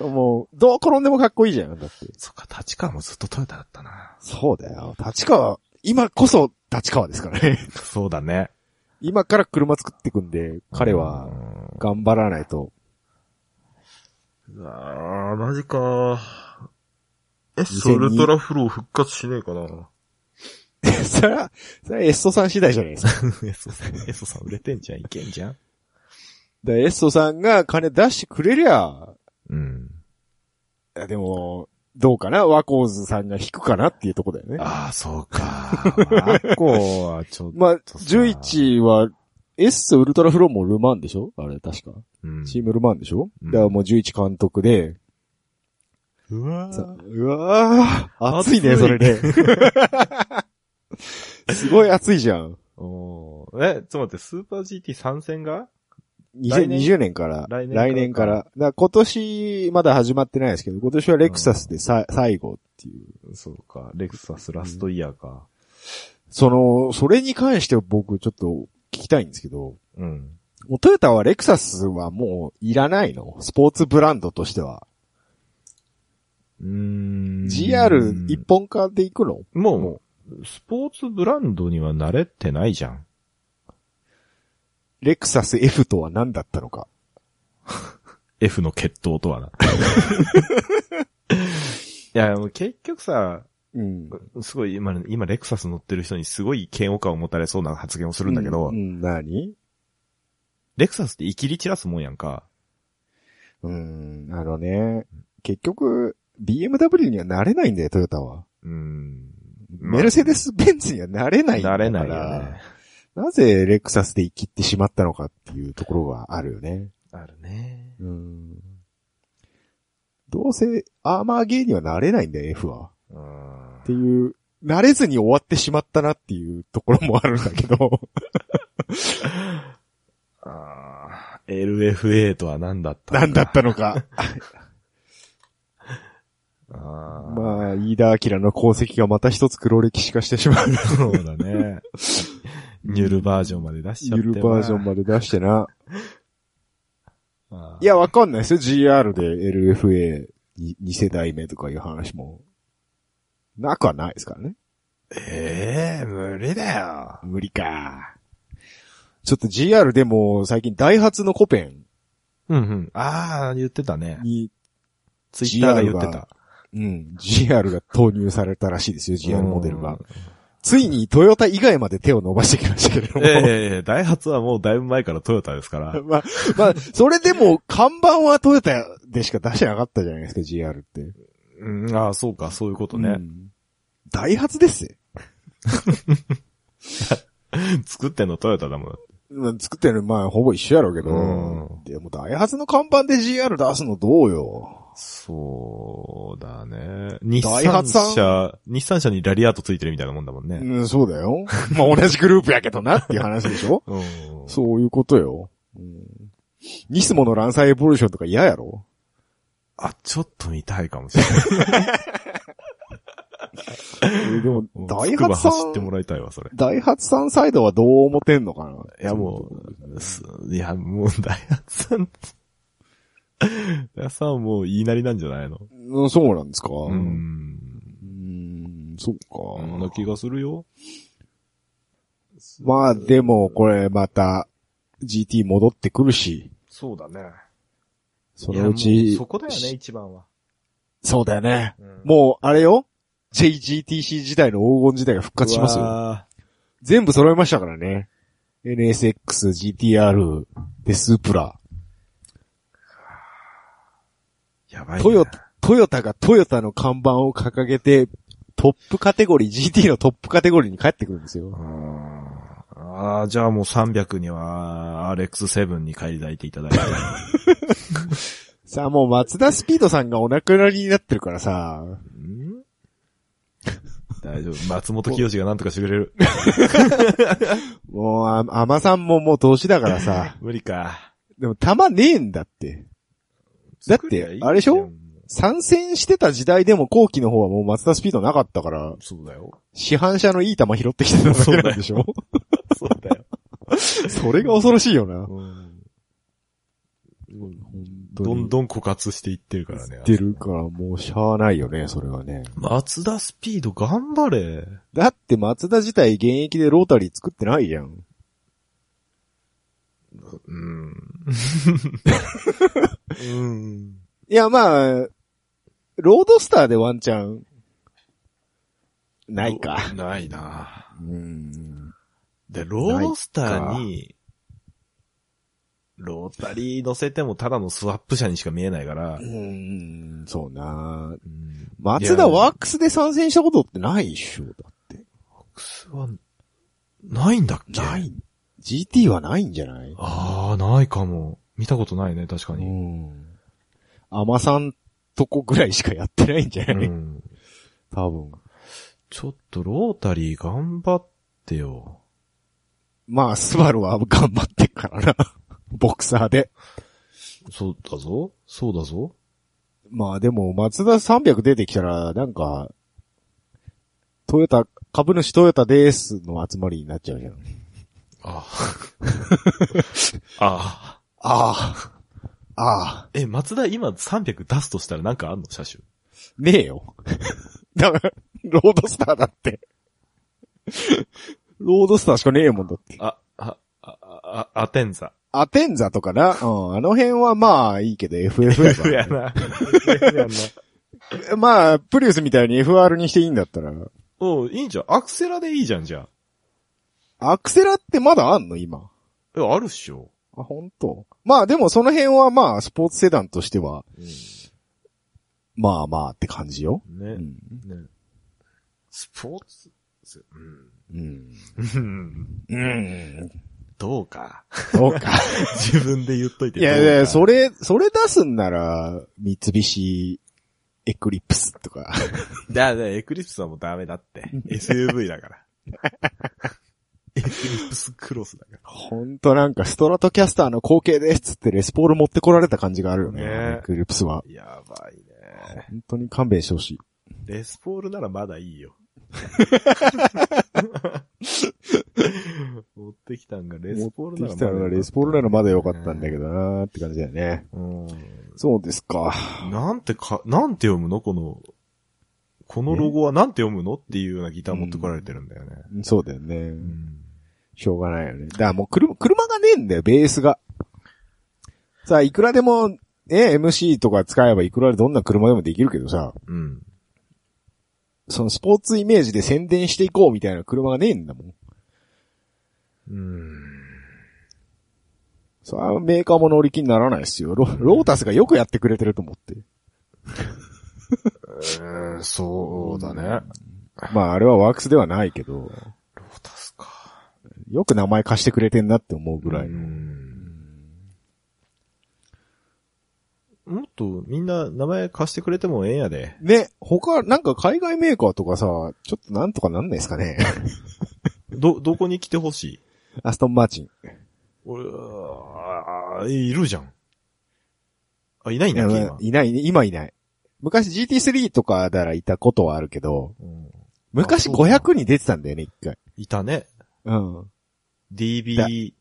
Speaker 2: もう、どう転んでもかっこいいじゃん、だって。
Speaker 1: そっか、立川もずっとトヨタだったな。
Speaker 2: そうだよ。立川、今こそ立川ですからね。
Speaker 1: そうだね。
Speaker 2: 今から車作ってくんで、彼は
Speaker 1: うん
Speaker 2: 頑張らないと。 [laughs]
Speaker 1: ああ、マジか。え、
Speaker 2: ソウルト
Speaker 1: ラフロー復活しねえかな。
Speaker 2: それは、それはエッソさん次第じゃないです
Speaker 1: [laughs]
Speaker 2: か。
Speaker 1: エソさん、エソさん売れてんじゃん、いけんじゃん。
Speaker 2: だからエッソさんが金出してくれりゃ、
Speaker 1: うん。
Speaker 2: いやでも、どうかなワコーズさんが引くかなっていうとこだよね。
Speaker 1: ああ、そうか。マッコはちょっと、
Speaker 2: まあ、11は、エッソウルトラフローもルマンでしょあれ、確か。
Speaker 1: うん
Speaker 2: チームルマンでしょ、
Speaker 1: うん
Speaker 2: だからもう11監督で、
Speaker 1: うわ
Speaker 2: さ
Speaker 1: ー
Speaker 2: うわー暑いね、
Speaker 1: 暑い
Speaker 2: そ
Speaker 1: [laughs]
Speaker 2: れね。すごい暑いじゃん。
Speaker 1: おーえ、ちょっと待って、スーパー GT 参戦が来年
Speaker 2: 2020年から。
Speaker 1: 来年から
Speaker 2: 来年から。だから今年、まだ始まってないですけど、今年はレクサスでさ、最後っていう。
Speaker 1: そうか、レクサスラストイヤーか。
Speaker 2: その、それに関して僕ちょっと聞きたいんですけど、
Speaker 1: うん。
Speaker 2: もうトヨタはレクサスはもういらないのスポーツブランドとしては。
Speaker 1: うーん。
Speaker 2: GR 一本化で行くの
Speaker 1: もう、もう、スポーツブランドには慣れてないじゃん。
Speaker 2: レクサス F とは何だったのか。
Speaker 1: F の決闘とは [laughs] な。いや、もう結局さ、
Speaker 2: うん。
Speaker 1: すごい今、今レクサス乗ってる人にすごい嫌悪感を持たれそうな発言をす
Speaker 2: す
Speaker 1: るんだけど、
Speaker 2: うん、何
Speaker 1: レクサスって生きり散らすもんやんか。
Speaker 2: うーん、あのね、結局、BMW にはなれないんだよ、トヨタは。
Speaker 1: うん。
Speaker 2: メルセデス・ベンツにはなれないんだ
Speaker 1: 慣
Speaker 2: から。
Speaker 1: れないよね。
Speaker 2: なぜレクサスで生きってしまったのかっていうところがあるよね。
Speaker 1: あるね。
Speaker 2: うーん。どうせ、アーマーゲーにはなれないんだよ、F は。
Speaker 1: うん
Speaker 2: っていう、なれずに終わってしまったなっていうところもあるんだけど。 [laughs]
Speaker 1: あー LFA とは何だった
Speaker 2: なんだったの [laughs] か。
Speaker 1: たま
Speaker 2: まあ、飯田明の功績がまた一つ黒歴史化してしま
Speaker 1: あ、
Speaker 2: う。
Speaker 1: そうだね。ニュルバージョンまで出しちゃっ
Speaker 2: ゆ
Speaker 1: てな。
Speaker 2: るバージョンまで出してな。
Speaker 1: あー
Speaker 2: いや、わかんないですよ。GR で LFA に2世代目とかいう話も。なくはないですからね。
Speaker 1: ええ無理だよ。
Speaker 2: 無理か。ちょっと GR でも最近ダイハツのコペ
Speaker 1: うんうん。ああ、言ってたね
Speaker 2: ン。に、
Speaker 1: ツイッターが言って
Speaker 2: GR
Speaker 1: た。
Speaker 2: うん。GR が投入されたらしいですよ、GR モデル
Speaker 1: う
Speaker 2: が
Speaker 1: ん。
Speaker 2: ついにトヨタ以外まで手を伸ばしてきましたけ
Speaker 1: [laughs]
Speaker 2: れども。
Speaker 1: ええええええ、ダイハツはもうだいぶ前からトヨタですから。
Speaker 2: [laughs] まあ、まあ、それでも看板はトヨタでしか出してなかったじゃないですか、GR って。
Speaker 1: うん、ああ、そうか、そういうこと
Speaker 2: う
Speaker 1: ね。
Speaker 2: んダイハツですよ。
Speaker 1: 作ってんのトヨタだもん。
Speaker 2: まあ作ってるの、まあ、ほぼ一緒やろうけど。
Speaker 1: う
Speaker 2: でも、ダイハツの看板で GR 出すのどうよ。
Speaker 1: そうだね。日
Speaker 2: ダイハ
Speaker 1: 産
Speaker 2: ツさん
Speaker 1: 車、日産車にラリアートついてるみたいなもんだもんね。
Speaker 2: うん、そうだよ。 [laughs] まあ、同じグループやけどなっていう話でしょ
Speaker 1: うん。
Speaker 2: そういうことよ。うん、ニスモのランサーエボリューションとか嫌やろ
Speaker 1: あ、ちょっと見たいかもしれない。 [laughs]
Speaker 2: でも、ダイ
Speaker 1: つく
Speaker 2: ハ
Speaker 1: ば
Speaker 2: ツさ
Speaker 1: 走っても
Speaker 2: ん、
Speaker 1: らいたいわ、それ。
Speaker 2: ダイハツさんサイドはどう思ってんのかない
Speaker 1: や、もう、すいや、もう、ダイハツさん、ダイハツさんはもう言いなりなんじゃないの
Speaker 2: うん。そうなんですか、
Speaker 1: う
Speaker 2: うん、
Speaker 1: ん。
Speaker 2: そう
Speaker 1: こ
Speaker 2: か。
Speaker 1: んな気がするよ。
Speaker 2: まあ、でも、これまた、GT 戻ってくるし、
Speaker 1: そうだね。
Speaker 2: そのうち、
Speaker 1: こだよね、一番は。
Speaker 2: そうだよね。
Speaker 1: う
Speaker 2: もう、あれよ ?JGTC 時代の黄金時代が復活しますよ。
Speaker 1: よ。
Speaker 2: 全部揃えましたからね。NSX、GTR、で、スープラ。
Speaker 1: やばいね。
Speaker 2: トヨタ、トヨタがトヨタの看板を掲げて、トップカテゴリー、GT のトップカテゴリーに帰ってくるんですよ。
Speaker 1: ああ、じゃあもう300には RX7 に帰り抱いていただいて。
Speaker 2: さあもう松田スピードさんがお亡くなりになってるからさ、
Speaker 1: ん大丈夫。松本清がなんとかしてくれる。、
Speaker 2: もうあ、アマさんももう年だからさ
Speaker 1: [laughs] 無理か。
Speaker 2: でも玉ねえんだって。だってあれでしょ参戦してた時代でも後期の方はもう松田スピードなかったから、
Speaker 1: そうだよ。
Speaker 2: 市販車のいい球拾ってきてただけなんでしょ
Speaker 1: そうだよ。
Speaker 2: [laughs] それが恐ろしいよな。
Speaker 1: うんど
Speaker 2: どん
Speaker 1: ん
Speaker 2: どん
Speaker 1: どん枯渇していってるからね。
Speaker 2: 出るからもうしゃあないよね、それはね。
Speaker 1: 松田スピード頑張れ。
Speaker 2: だって松田自体現役でロータリー作ってないじゃん。
Speaker 1: うん。うん。
Speaker 2: いや、まあ、ロードスターでワンチャン、ないか。
Speaker 1: ないな。
Speaker 2: うん。
Speaker 1: で、ロードスターに、ロータリー乗せてもただのスワップ車にしか見えないから
Speaker 2: う。ん、そうな
Speaker 1: うん
Speaker 2: 松田ワークスで参戦したことってないでしょ、だって。
Speaker 1: X は、ないんだっけ
Speaker 2: な。い。GT はないんじゃない
Speaker 1: ああ、ないかも。見たことないね、確か
Speaker 2: う
Speaker 1: に。
Speaker 2: ん。アマさんとこぐらいしかやってないんじゃない、
Speaker 1: うん
Speaker 2: 多分。
Speaker 1: ちょっとロータリー頑張ってよ。
Speaker 2: まあ、スバルは頑張ってっからな。ボクサーで。
Speaker 1: そうだぞそうだぞ
Speaker 2: まあでも、松田300出てきたら、なんか、トヨタ、株主トヨタですの集まりになっちゃうじゃん。
Speaker 1: あ [laughs] あ。ああ。
Speaker 2: ああ。ああ。
Speaker 1: え、松田今300出すとしたらなんかあんの車種。
Speaker 2: ねえよ。 [laughs] だから、ロードスターだ [laughs] って。ロードスターしかねえもんだって。
Speaker 1: あ、あ、あ、あ、アテンザ。
Speaker 2: アテンザとかな、うん、あの辺はまあいいけど [laughs] FF やか
Speaker 1: や
Speaker 2: ら
Speaker 1: [laughs] な。F やな。
Speaker 2: まあ、プリウスみたいに FR にしていいんだったら。
Speaker 1: うん、いいんじゃん。アクセラでいいじゃん、じゃ
Speaker 2: アクセラってまだあんの今。
Speaker 1: あ。え、あるっしょ。
Speaker 2: あ、本当。まあでもその辺はまあスポーツセダンとしては、まあまあって感じよ。う
Speaker 1: ね、
Speaker 2: ん。
Speaker 1: ね。スポーツ、うん。
Speaker 2: うん。
Speaker 1: うん
Speaker 2: うん。
Speaker 1: どうか。 [laughs]
Speaker 2: そうか。
Speaker 1: 自分で言っといて
Speaker 2: い
Speaker 1: どうか。
Speaker 2: やいや、それ、それ出すんなら、三菱エクリプスとか。
Speaker 1: だ、だ、エクリプスはもうダメだって。SUV だ [laughs] から。エクリプスクロスだか
Speaker 2: ほんとなんかストラトキャスターの後継ですっつってレスポール持ってこられた感じがあるよね。
Speaker 1: ね
Speaker 2: エクリプスは。
Speaker 1: ら。やばいね。
Speaker 2: 本当に勘弁してほしい。
Speaker 1: レスポールならまだいい
Speaker 2: [laughs]
Speaker 1: よ。持ってきたんがレスポール
Speaker 2: 持
Speaker 1: ならま
Speaker 2: ってき
Speaker 1: だ
Speaker 2: た
Speaker 1: よ
Speaker 2: の
Speaker 1: か
Speaker 2: が
Speaker 1: った
Speaker 2: レスポールならまだ良かったんだけどなーって感じだよね。
Speaker 1: うん。
Speaker 2: そうですか。
Speaker 1: なんてか、なんて読むのこの、このロゴはなんて読むのっていうようなギター持ってこられてるんだよね。
Speaker 2: そうだよね。
Speaker 1: うん
Speaker 2: しょうがないよね。だからもう車、車がねえんだよ、ベースが。さあ、いくらでもえ、MC とか使えばいくらでどんな車でもできるけどさ、
Speaker 1: うん。
Speaker 2: そのスポーツイメージで宣伝していこうみたいな車がねえんだもん。
Speaker 1: うん。
Speaker 2: それはメーカーも乗り気にならないですよ。ロロータスがよくやってくれてると思って。
Speaker 1: そうだね。
Speaker 2: まああれはワークスではないけど、
Speaker 1: ロータスか。
Speaker 2: よく名前貸してくれてんなって思うぐらい。
Speaker 1: うん。もっとみんな名前貸してくれてもええんやで。
Speaker 2: ね、他、なんか海外メーカーとかさ、ちょっとなんとかなんないですかね。 [laughs]
Speaker 1: ど、どこに来てほしい
Speaker 2: アストンマーチン。
Speaker 1: 俺、あーいるじゃん。あ、いないん
Speaker 2: い
Speaker 1: だ
Speaker 2: や
Speaker 1: っけ、
Speaker 2: まあ
Speaker 1: 今。
Speaker 2: いないね、今いない。昔 GT3 とかならいたことはあるけど、
Speaker 1: うん
Speaker 2: 昔
Speaker 1: あそうだ
Speaker 2: 500に出てたんだよね、一回。
Speaker 1: いたね。
Speaker 2: うん。うん。
Speaker 1: DB、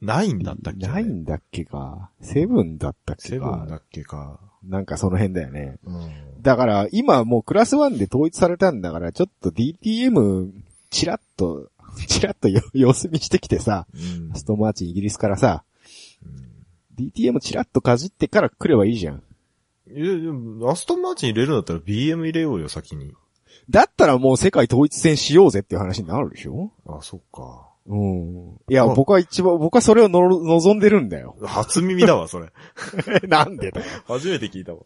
Speaker 1: ないんだったっけ、
Speaker 2: ないんだっけか。セブンだったっ
Speaker 1: セ
Speaker 2: け
Speaker 1: ブンだ
Speaker 2: か。
Speaker 1: っけか。
Speaker 2: なんかその辺だよね。
Speaker 1: うん。
Speaker 2: だから、今もうクラス1で統一されたんだから、ちょっと DTM、チラッと、 [laughs] チラッとよ様子見してきてさ、
Speaker 1: うん
Speaker 2: アストンマーチンイギリスからさ、
Speaker 1: うん
Speaker 2: DTM チラッとかじってから来ればいいじゃん。
Speaker 1: いや、でも、アストンマーチン入れるんだったら BM 入れようよ、先に。
Speaker 2: だったらもう世界統一戦しようぜっていう話になるでしょ
Speaker 1: あ、そっか。
Speaker 2: うん。いや、
Speaker 1: うん
Speaker 2: 僕は一番、僕はそれをのろ望んでるんだよ。 [laughs]
Speaker 1: 初耳だわ、それ。
Speaker 2: なんでだよ
Speaker 1: 初めて聞いたわ。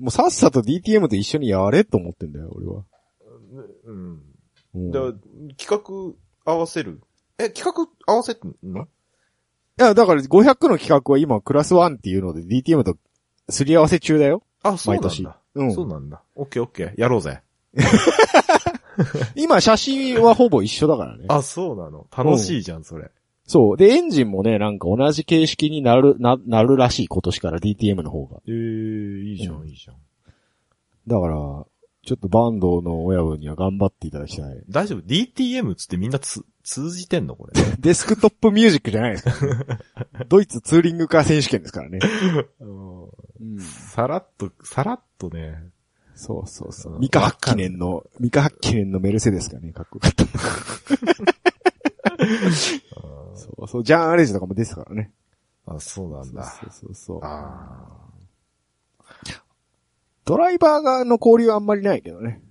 Speaker 2: もうさっさと DTM と一緒にやれと思ってんだよ、俺は。
Speaker 1: うん。
Speaker 2: うん
Speaker 1: だから企画合わせる。え、企画合わせてんの
Speaker 2: いや、だから500の企画は今クラス1っていうので DTM とすり合わせ中だよ。
Speaker 1: あ、そうなん
Speaker 2: 毎年
Speaker 1: だ。
Speaker 2: うん
Speaker 1: そうなんだ。オッケーオッケー。やろうぜ。
Speaker 2: 今写真はほぼ一緒だからね。
Speaker 1: [laughs] あ、そうなの。楽しいじゃん、それ。
Speaker 2: そう。で、エンジンもね、なんか同じ形式になる、な、なるらしい今年から DTM の方が。
Speaker 1: ええいいじゃ
Speaker 2: うん
Speaker 1: ん、いいじゃん。
Speaker 2: だから、ちょっとバンドの親分には頑張っていただきたい。
Speaker 1: 大丈夫 ?DTM つってみんなつ、通じてんのこれ。
Speaker 2: デスクトップミュージックじゃないですか、
Speaker 1: [laughs]
Speaker 2: ドイツツーリングカー選手権ですからね。うん
Speaker 1: さらっと、さらっとね。
Speaker 2: そうそうそうう。
Speaker 1: ん
Speaker 2: ミカハッキネンの、ミカハッキネンのメルセデスがね、かっこよかった。そうそう、ジャン・アレジとかも出てたからね。
Speaker 1: あ、そうなんだ。
Speaker 2: そうそうそうそう。
Speaker 1: あ
Speaker 2: ドライバー側の交流はあんまりないけどね。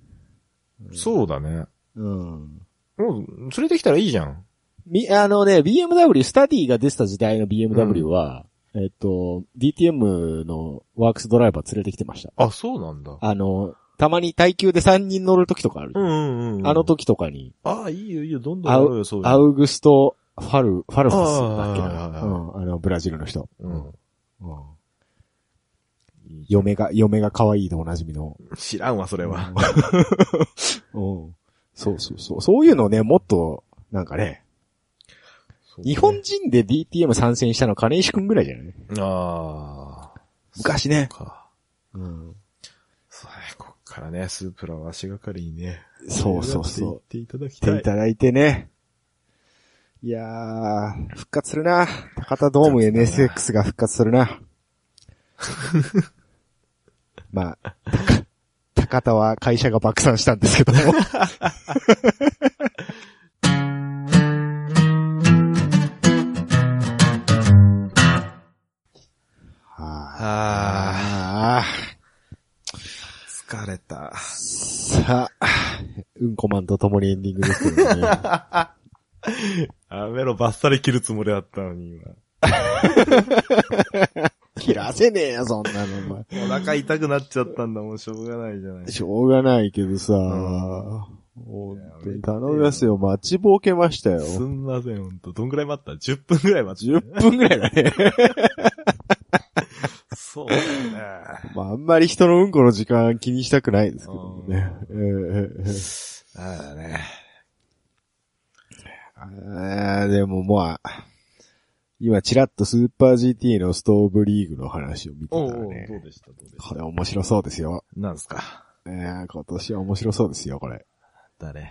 Speaker 1: ーそうだね。
Speaker 2: うん。
Speaker 1: もう、連れてきたらいいじゃん。
Speaker 2: み、あのね、BMW、スタディが出てた時代の BMW は、えっと、DTM のワークスドライバー連れてきてました。
Speaker 1: あ、そうなんだ。
Speaker 2: あの、たまに耐久で3人乗る時とかある。
Speaker 1: うんうんうん。
Speaker 2: あの。時とかに、
Speaker 1: あ、いいよいいよ、どんどんやろうよ、そういうの
Speaker 2: アウグスト・ファル、ファルファスだっけ
Speaker 1: あ
Speaker 2: な。
Speaker 1: ー
Speaker 2: うん、あの、ブラジルの人。
Speaker 1: うん。
Speaker 2: 嫁が、嫁が可愛いでおなじみの。
Speaker 1: 知らんわ、それは。
Speaker 2: うん。そうそうそう。そういうのね、もっと、なんかね、日本人で DTM 参戦したの金石くんぐらいじゃない
Speaker 1: ああ。
Speaker 2: 昔ね。
Speaker 1: か。
Speaker 2: うん。
Speaker 1: そうね、こっからね、スープラを足がかりにね。
Speaker 2: そうそうそう。
Speaker 1: 言っていただき
Speaker 2: や
Speaker 1: た
Speaker 2: って
Speaker 1: い
Speaker 2: い。ただいてね。いやー、復活するな。高田ドーム
Speaker 1: 復活だな
Speaker 2: NSX が復活するな。まあ、たか高田は会社が爆散したんですけども。は
Speaker 1: あ
Speaker 2: あ
Speaker 1: あ、疲れた。
Speaker 2: さあ、うんこマンと共にエンディングですけどね。
Speaker 1: やめろ、バッサリ切るつもりだったのに、今。
Speaker 2: 切らせねえよ、そんなの、お前。
Speaker 1: お腹痛くなっちゃったんだもん、しょうがないじゃない。
Speaker 2: しょうがないけどさ、
Speaker 1: ん
Speaker 2: 本当に頼みますよ。待ちぼうけましたよ。
Speaker 1: すんません、ほんと。どんぐらい待った ?10 分ぐらい待っ
Speaker 2: 10分ぐらい
Speaker 1: [laughs]
Speaker 2: だね。
Speaker 1: た。そうだよね。
Speaker 2: まあ、あんまり人のうんこの時間気にしたくないですけどもね。えー
Speaker 1: ああね。
Speaker 2: あーでもまあ、今チラッとスーパー GT のストーブリーグの話を見てた
Speaker 1: おう
Speaker 2: ら
Speaker 1: おう、ど
Speaker 2: ね
Speaker 1: う。でした、どうでし
Speaker 2: これ面白そうですよ。
Speaker 1: た。なんすか
Speaker 2: えー今年は面白そうですよ、これ。
Speaker 1: 誰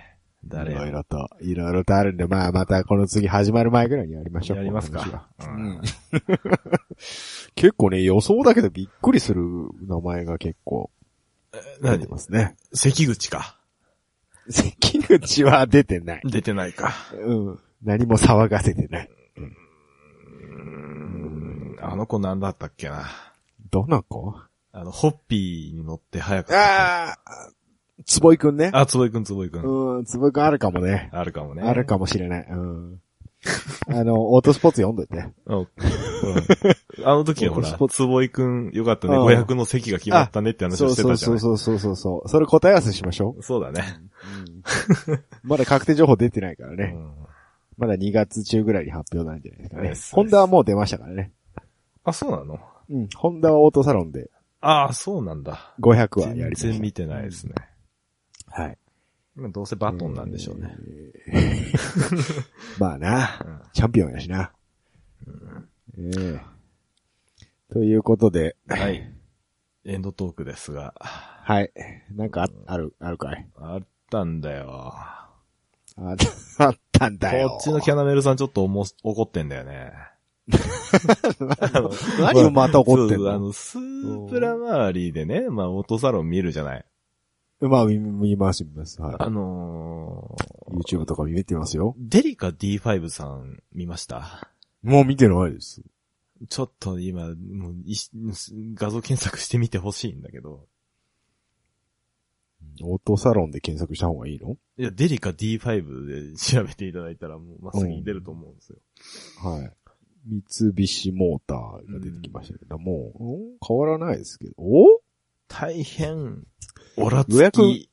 Speaker 2: いろい
Speaker 1: 誰
Speaker 2: ろと、いろいろとあるんで、まあまたこの次始まる前ぐらいにやりましょう。
Speaker 1: やります
Speaker 2: この話は
Speaker 1: か。うん。
Speaker 2: [laughs] 結構ね、予想だけどびっくりする名前が結構出て
Speaker 1: 何
Speaker 2: ますね。
Speaker 1: 関口か。
Speaker 2: 関口は出てない。
Speaker 1: 出てないか。
Speaker 2: うん。何も騒がせてない。
Speaker 1: ん、あの子なんだったっけな。
Speaker 2: どの子
Speaker 1: あの、ホッピーに乗って早かった。
Speaker 2: ああ、つぼいくんね。
Speaker 1: あ、つぼいくん、つぼいくん。
Speaker 2: うん、つぼいくんあるかもね。
Speaker 1: あるかもね。
Speaker 2: あるかもしれない。うん。あの、オートスポーツ読んど
Speaker 1: [laughs]
Speaker 2: いて。
Speaker 1: うん。うんあの時はほ [laughs]
Speaker 2: オート
Speaker 1: ら
Speaker 2: スポ、ー
Speaker 1: つぼいくん、よかったね。
Speaker 2: うん
Speaker 1: 500の席が決まったねって話
Speaker 2: そ
Speaker 1: を
Speaker 2: う
Speaker 1: して
Speaker 2: そ
Speaker 1: た
Speaker 2: う
Speaker 1: じゃ
Speaker 2: そ
Speaker 1: な
Speaker 2: う
Speaker 1: い
Speaker 2: そうそうそうそう。それ答え合わせしましょ
Speaker 1: そうだね。
Speaker 2: う。まだ確定情報出てないから
Speaker 1: う
Speaker 2: ね。
Speaker 1: ん
Speaker 2: まだ2月中ぐらいに発表なんじゃないですか
Speaker 1: で
Speaker 2: ね
Speaker 1: すです。
Speaker 2: ホンダはもう出ましたからね。
Speaker 1: あ、そうなの
Speaker 2: うん。ホンダはオートサロンで
Speaker 1: ああ、そうなんだ。
Speaker 2: 500はや
Speaker 1: 全
Speaker 2: りました
Speaker 1: 然見てないですね。
Speaker 2: はい。
Speaker 1: まあどうせバトンなんでしょうね。 [laughs]
Speaker 2: まあな。
Speaker 1: うん
Speaker 2: チャンピオンやしな。ええということで、
Speaker 1: はい。エンドトークですが、
Speaker 2: はい。なんかあ、ある、あるかい
Speaker 1: あったんだよ。
Speaker 2: あ [laughs] あったんだよ。
Speaker 1: こっちのキャナメルさんちょっとおも怒ってんだよね。
Speaker 2: [laughs] 何をまた怒ってん
Speaker 1: そうあ
Speaker 2: の
Speaker 1: の、スープラ周りでね、まあ、オートサロン見るじゃない。
Speaker 2: まあ、見見ます、見ます。はい。
Speaker 1: あのー、
Speaker 2: YouTube とか見てますよ。
Speaker 1: デリカ D5 さん見ました
Speaker 2: もう見てないです。
Speaker 1: ちょっと今、もういし画像検索してみてほしいんだけど。
Speaker 2: オートサロンで検索した方がいいの
Speaker 1: いや、デリカ D5 で調べていただいたらもうまっすぐに出ると思うんですよ。
Speaker 2: はい。三菱モーターが出てきましたけども、うん変わらないですけど、お
Speaker 1: 大変、おらつき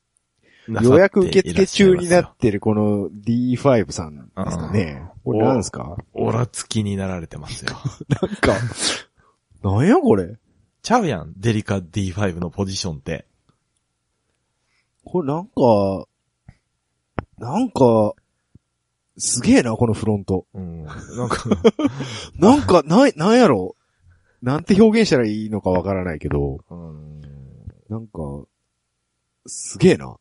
Speaker 2: 予約
Speaker 1: なさっていらっしゃいますよ
Speaker 2: 予約受付中になってるこの D5 さんですかね。これ何ですか
Speaker 1: おらつきになられてますよ。
Speaker 2: [laughs] なんか、なんやこれ
Speaker 1: ちゃうやん、デリカ D5 のポジションって。
Speaker 2: これなんか、なんか、すげえな、このフロント。
Speaker 1: うん。なん [laughs] か、
Speaker 2: なん [laughs] か、な、なんやろなんて表現したらいいのかわからないけど、
Speaker 1: うん。
Speaker 2: なんか、すげえな。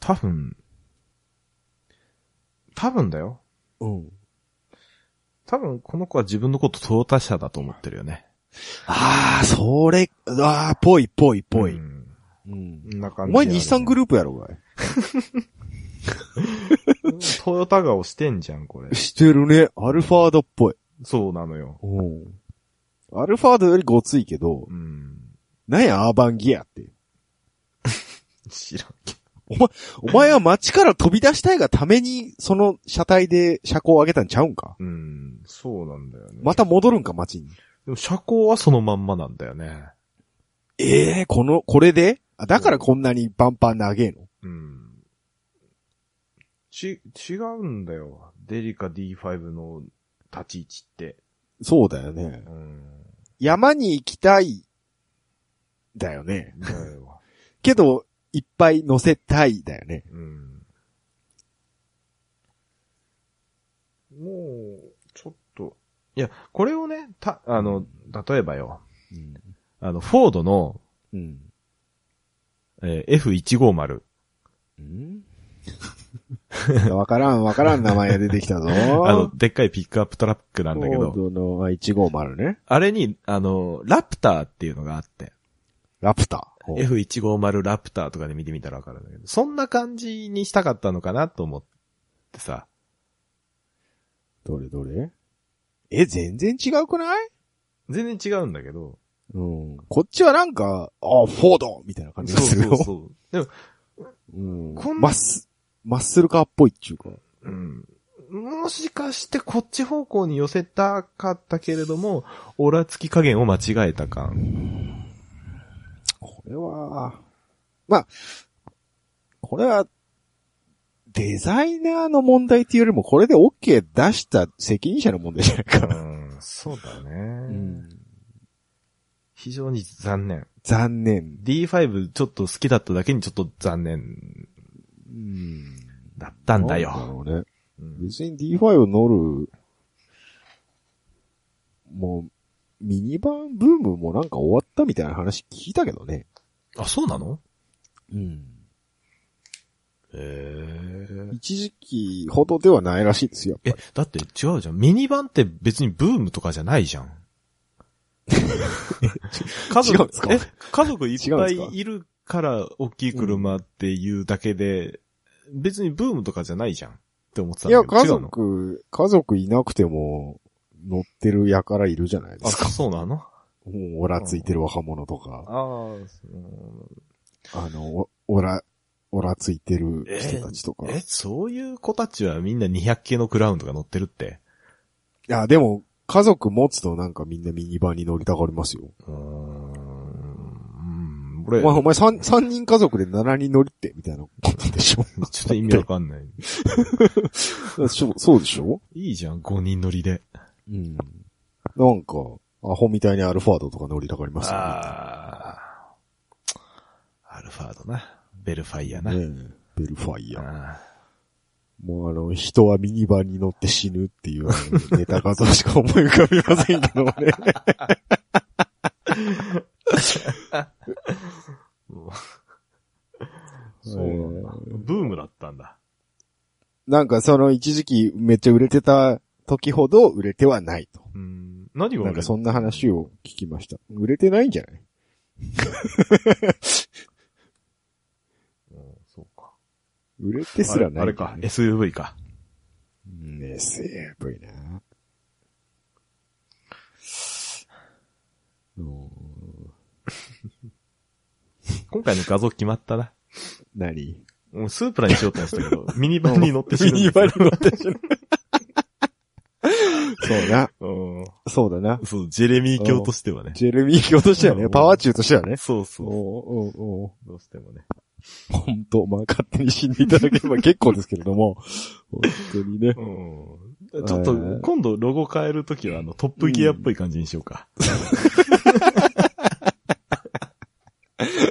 Speaker 1: 多分、多分だよ。
Speaker 2: うん。
Speaker 1: 多分この子は自分のことトヨタ車だと思ってるよね。
Speaker 2: ああ、それ、ああ、ぽいぽいぽい。
Speaker 1: う
Speaker 2: うん
Speaker 1: ん。
Speaker 2: うん
Speaker 1: こんな
Speaker 2: お
Speaker 1: 感じ。
Speaker 2: 前日産グ
Speaker 1: ル
Speaker 2: ループやろ、おい。
Speaker 1: ープ。トヨタ顔してんじゃん、これ。
Speaker 2: してるね。アルファードっぽい。
Speaker 1: そうなのよ。
Speaker 2: うん。アルファードよりごついけど、
Speaker 1: うん。
Speaker 2: なんや、アーバンギアって。
Speaker 1: 知らんけ
Speaker 2: お前は街から飛び出したいがために、その車体で車高を上げたんちゃうんか
Speaker 1: うん。そうなんだよね。
Speaker 2: また戻るんか、街に。
Speaker 1: でも車高はそのまんまなんだよね。
Speaker 2: ええこの、これであだからこんなにパンパン長えの
Speaker 1: うん。ち、違うんだよ。デリカ D5 の立ち位置って。
Speaker 2: そうだよね
Speaker 1: う。ん。
Speaker 2: 山に行きたい、だよね。
Speaker 1: だ
Speaker 2: [laughs]
Speaker 1: よ。
Speaker 2: けど、いっぱい乗せたいだよね。
Speaker 1: うん。もう、ちょっと。いや、これをね、た、あの、例えばよ。
Speaker 2: うん。
Speaker 1: あの、フォードの、
Speaker 2: うん。
Speaker 1: えー F150。
Speaker 2: わからん、わからん名前が出てきたぞ。
Speaker 1: [laughs] あの、でっかいピックアップトラックな
Speaker 2: なん
Speaker 1: だけど、
Speaker 2: のあ150ね。
Speaker 1: あれに、あの、ラプターっていうのがあって。
Speaker 2: ラプター。
Speaker 1: F150 ラプターとかで見てみたらわかるんだけど、そんな感じにしたかったのかなと思ってさ。
Speaker 2: どれどれえ、全然違うくない
Speaker 1: 全然違うんだけど。
Speaker 2: うん。こっちはなんか、あ、フォードみたいな感じがするよ。
Speaker 1: そう。でも、
Speaker 2: うん
Speaker 1: こん
Speaker 2: マッス、マッスルカーっぽいっちゅうか。
Speaker 1: うん。もしかしてこっち方向に寄せたかったけれども、オラつき加減を間違えた感。
Speaker 2: これは、まあ、これは、デザイナーの問題っていうよりも、これで OK 出した責任者の問題じゃないか
Speaker 1: う
Speaker 2: な。
Speaker 1: ん、そうだね。
Speaker 2: うん
Speaker 1: 非常に残念。
Speaker 2: 残念。
Speaker 1: D5 ちょっと好きだっただけにちょっと残念
Speaker 2: うん。
Speaker 1: だったんだ
Speaker 2: なんだ
Speaker 1: よ。
Speaker 2: ろうね。
Speaker 1: うん
Speaker 2: 別に D5 を乗る、もう、ミニバンブームもなんか終わったみたいな話聞いたけどね。
Speaker 1: あ、そうなの
Speaker 2: うん。
Speaker 1: へえ。
Speaker 2: 一時期ほどではないらしいですよ。
Speaker 1: え、だって違うじゃん。ミニバンって別にブームとかじゃないじゃ
Speaker 2: [laughs]
Speaker 1: ん。家
Speaker 2: 違うんですか
Speaker 1: え、家族いっぱ
Speaker 2: 違うんです
Speaker 1: い
Speaker 2: か
Speaker 1: いるから大きい車っていうだけで、別にブームとかじゃないじゃん。って思ってたん
Speaker 2: い
Speaker 1: だ
Speaker 2: や、
Speaker 1: けど。
Speaker 2: 家
Speaker 1: 違うの
Speaker 2: 族、家族いなくても、乗ってるやからいるじゃないで
Speaker 1: あ、
Speaker 2: すか。
Speaker 1: そうなの
Speaker 2: もう、オラついてる若者とか、
Speaker 1: あ
Speaker 2: あの、おオラ、オラついてる人たちとか。
Speaker 1: あ。え、そういう子たちはみんな200系のクラウンとか乗ってるって。
Speaker 2: いや、でも、家族持つとなんかみんなミニバンに乗りたがりますよ。
Speaker 1: うーん。うん。
Speaker 2: お
Speaker 1: 俺、
Speaker 2: 前、お前三、三人家族で七人乗りって、みたいなことでしょ
Speaker 1: ちょっと意味わかんない。
Speaker 2: そう、そうでしょ
Speaker 1: いいじゃん、5人乗りで。
Speaker 2: うん。なんか、アホみたいにアルファードとか乗りたがりますよ、
Speaker 1: ああ。アルファードな。ベルファイアな。
Speaker 2: ねえベルファイア。
Speaker 1: あ
Speaker 2: もうあの、人はミニバンに乗って死ぬっていうあのネタ画像しか思い浮かびませんけどね。
Speaker 1: ー [laughs] そうなんだ。ブームだったんだ。
Speaker 2: なんかその一時期めっちゃ売れてた時ほど売れてはないと。
Speaker 1: うん。何を
Speaker 2: なんかそんな話を聞きました。売れてないんじゃない
Speaker 1: そうか。
Speaker 2: 売れてすらない、
Speaker 1: あれあれか。SUV か。
Speaker 2: うん、SAV な。うん
Speaker 1: 今回の画像決まったな。 [laughs]
Speaker 2: 何
Speaker 1: もうスープラにしようってましたけど、 [laughs] ミニバンに乗って死ぬんですよ。
Speaker 2: [laughs] ミニバンに乗って死ぬ。そうな。
Speaker 1: うん。
Speaker 2: そうだな。
Speaker 1: そう、ジェレミー教としてはね。
Speaker 2: ジェレミー教としては
Speaker 1: う
Speaker 2: ね、
Speaker 1: ん
Speaker 2: パワー中としてはね。
Speaker 1: そう
Speaker 2: お
Speaker 1: そう。
Speaker 2: うおうお
Speaker 1: どうしてもね。
Speaker 2: う本当まあ勝手に死んでいただければ結構ですけれ
Speaker 1: [laughs]
Speaker 2: ども。本当にね。
Speaker 1: うん。ちょっと、今度ロゴ変えるときは、あの、トップギアっぽい感じにしようか。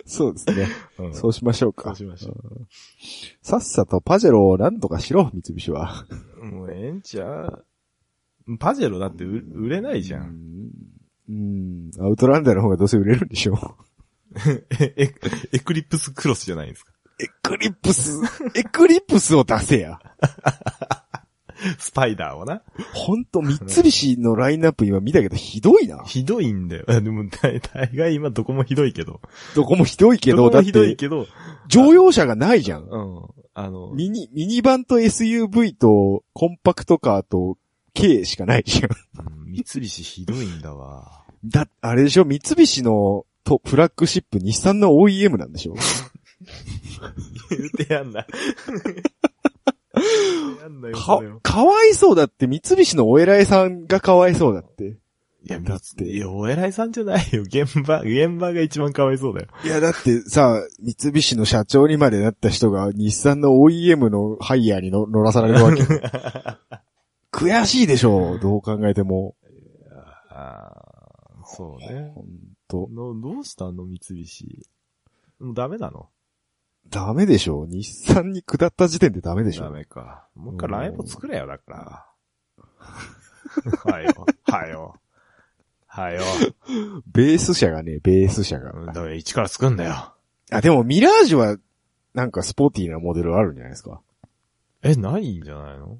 Speaker 2: そうですね。
Speaker 1: うん
Speaker 2: そうしましょう
Speaker 1: そ
Speaker 2: か
Speaker 1: う。しましょ
Speaker 2: さっさとパジェロをなんとかしろ、三菱は。
Speaker 1: う。もうええんちゃうパジェロだって売売れないじゃん。
Speaker 2: うん。うん。アウトランダーの方がどうせ売れるんでしょう。
Speaker 1: え、え、エクリプスクロスじゃないんですか。
Speaker 2: [laughs] エクリプス、エクリプスを出せや。
Speaker 1: スパイダーをな。
Speaker 2: [laughs] ほんと、三菱のラインナップ今見たけど、ひどいな。
Speaker 1: ひどいんだよ。あでも、大大概今どこもひどいけど。
Speaker 2: どこもひどいけど、
Speaker 1: こ
Speaker 2: だ
Speaker 1: も
Speaker 2: っ
Speaker 1: ひどい
Speaker 2: て、
Speaker 1: けど、
Speaker 2: 乗用車がないじゃん。
Speaker 1: うん。あの、
Speaker 2: ミニ、ミニバンと SUV と、コンパクトカーと、軽しかないじゃん。 [laughs]
Speaker 1: うん三菱ひどいんだわ。
Speaker 2: だ、あれでしょ三菱の、と、フラッグシップ、日産の OEM なんでしょ
Speaker 1: 言うてやんな。言うてやんなよ、
Speaker 2: か
Speaker 1: それを、
Speaker 2: かわいそうだって、三菱のお偉いさんがかわいそうだって。
Speaker 1: いや、だ
Speaker 2: だっ
Speaker 1: ってて。いや、お偉いさんじゃないよ。現場、現場が一番かわいそうだよ。
Speaker 2: いや、だってさ、三菱の社長にまでなった人が、日産の OEM のハイヤーにの乗らされ
Speaker 1: [laughs]
Speaker 2: るわけよ。悔しいでしょう、どう考えても。
Speaker 1: ああ、そうね。
Speaker 2: ほんと、
Speaker 1: のどうしたの三菱。もうダメなの
Speaker 2: ダメでしょう。日産に下った時点でダメでしょ
Speaker 1: ダ
Speaker 2: う。
Speaker 1: メか。もう一回ライブ作れよ、だから。はよ、はよ。はよ。
Speaker 2: ベース車がね、ベース車が。
Speaker 1: うんだから一から作んだよ。
Speaker 2: あ、でもミラージュは、なんかスポーティーなモデルあるんじゃないですか。
Speaker 1: え、ないんじゃないの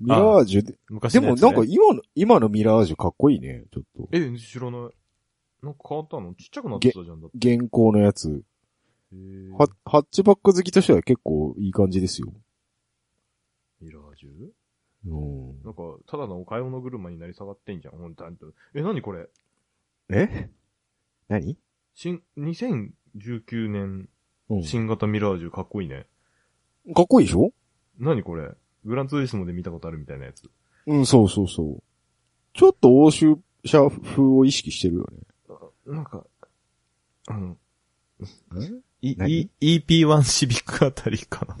Speaker 2: ミラージュで、
Speaker 1: 昔
Speaker 2: で
Speaker 1: のや
Speaker 2: も
Speaker 1: つ
Speaker 2: なんか今の、今のミラージュかっこいいね、ちょっと。
Speaker 1: え、知らない。なんか変わったのちっちゃくなってたじゃんだって。
Speaker 2: 現行のやつ。
Speaker 1: へー
Speaker 2: ハハッチバック好きとしては結構いい感じですよ。
Speaker 1: ミラージュ
Speaker 2: うん。
Speaker 1: なんか、ただのお買い物車になり下がってんじゃん、ほんとあんた。え、なにこれ
Speaker 2: え何
Speaker 1: 新、2019年
Speaker 2: うん
Speaker 1: 新型ミラージュかっこいいね。
Speaker 2: かっこいいでしょ
Speaker 1: なにこれグランツーリスモで見たことあるみたいなやつ。
Speaker 2: うん、そうそうそう。ちょっと欧州車風を意識してるよ
Speaker 1: なんか、あの、
Speaker 2: ね。
Speaker 1: E、
Speaker 2: 何
Speaker 1: E、EP1 シビックあたりかな。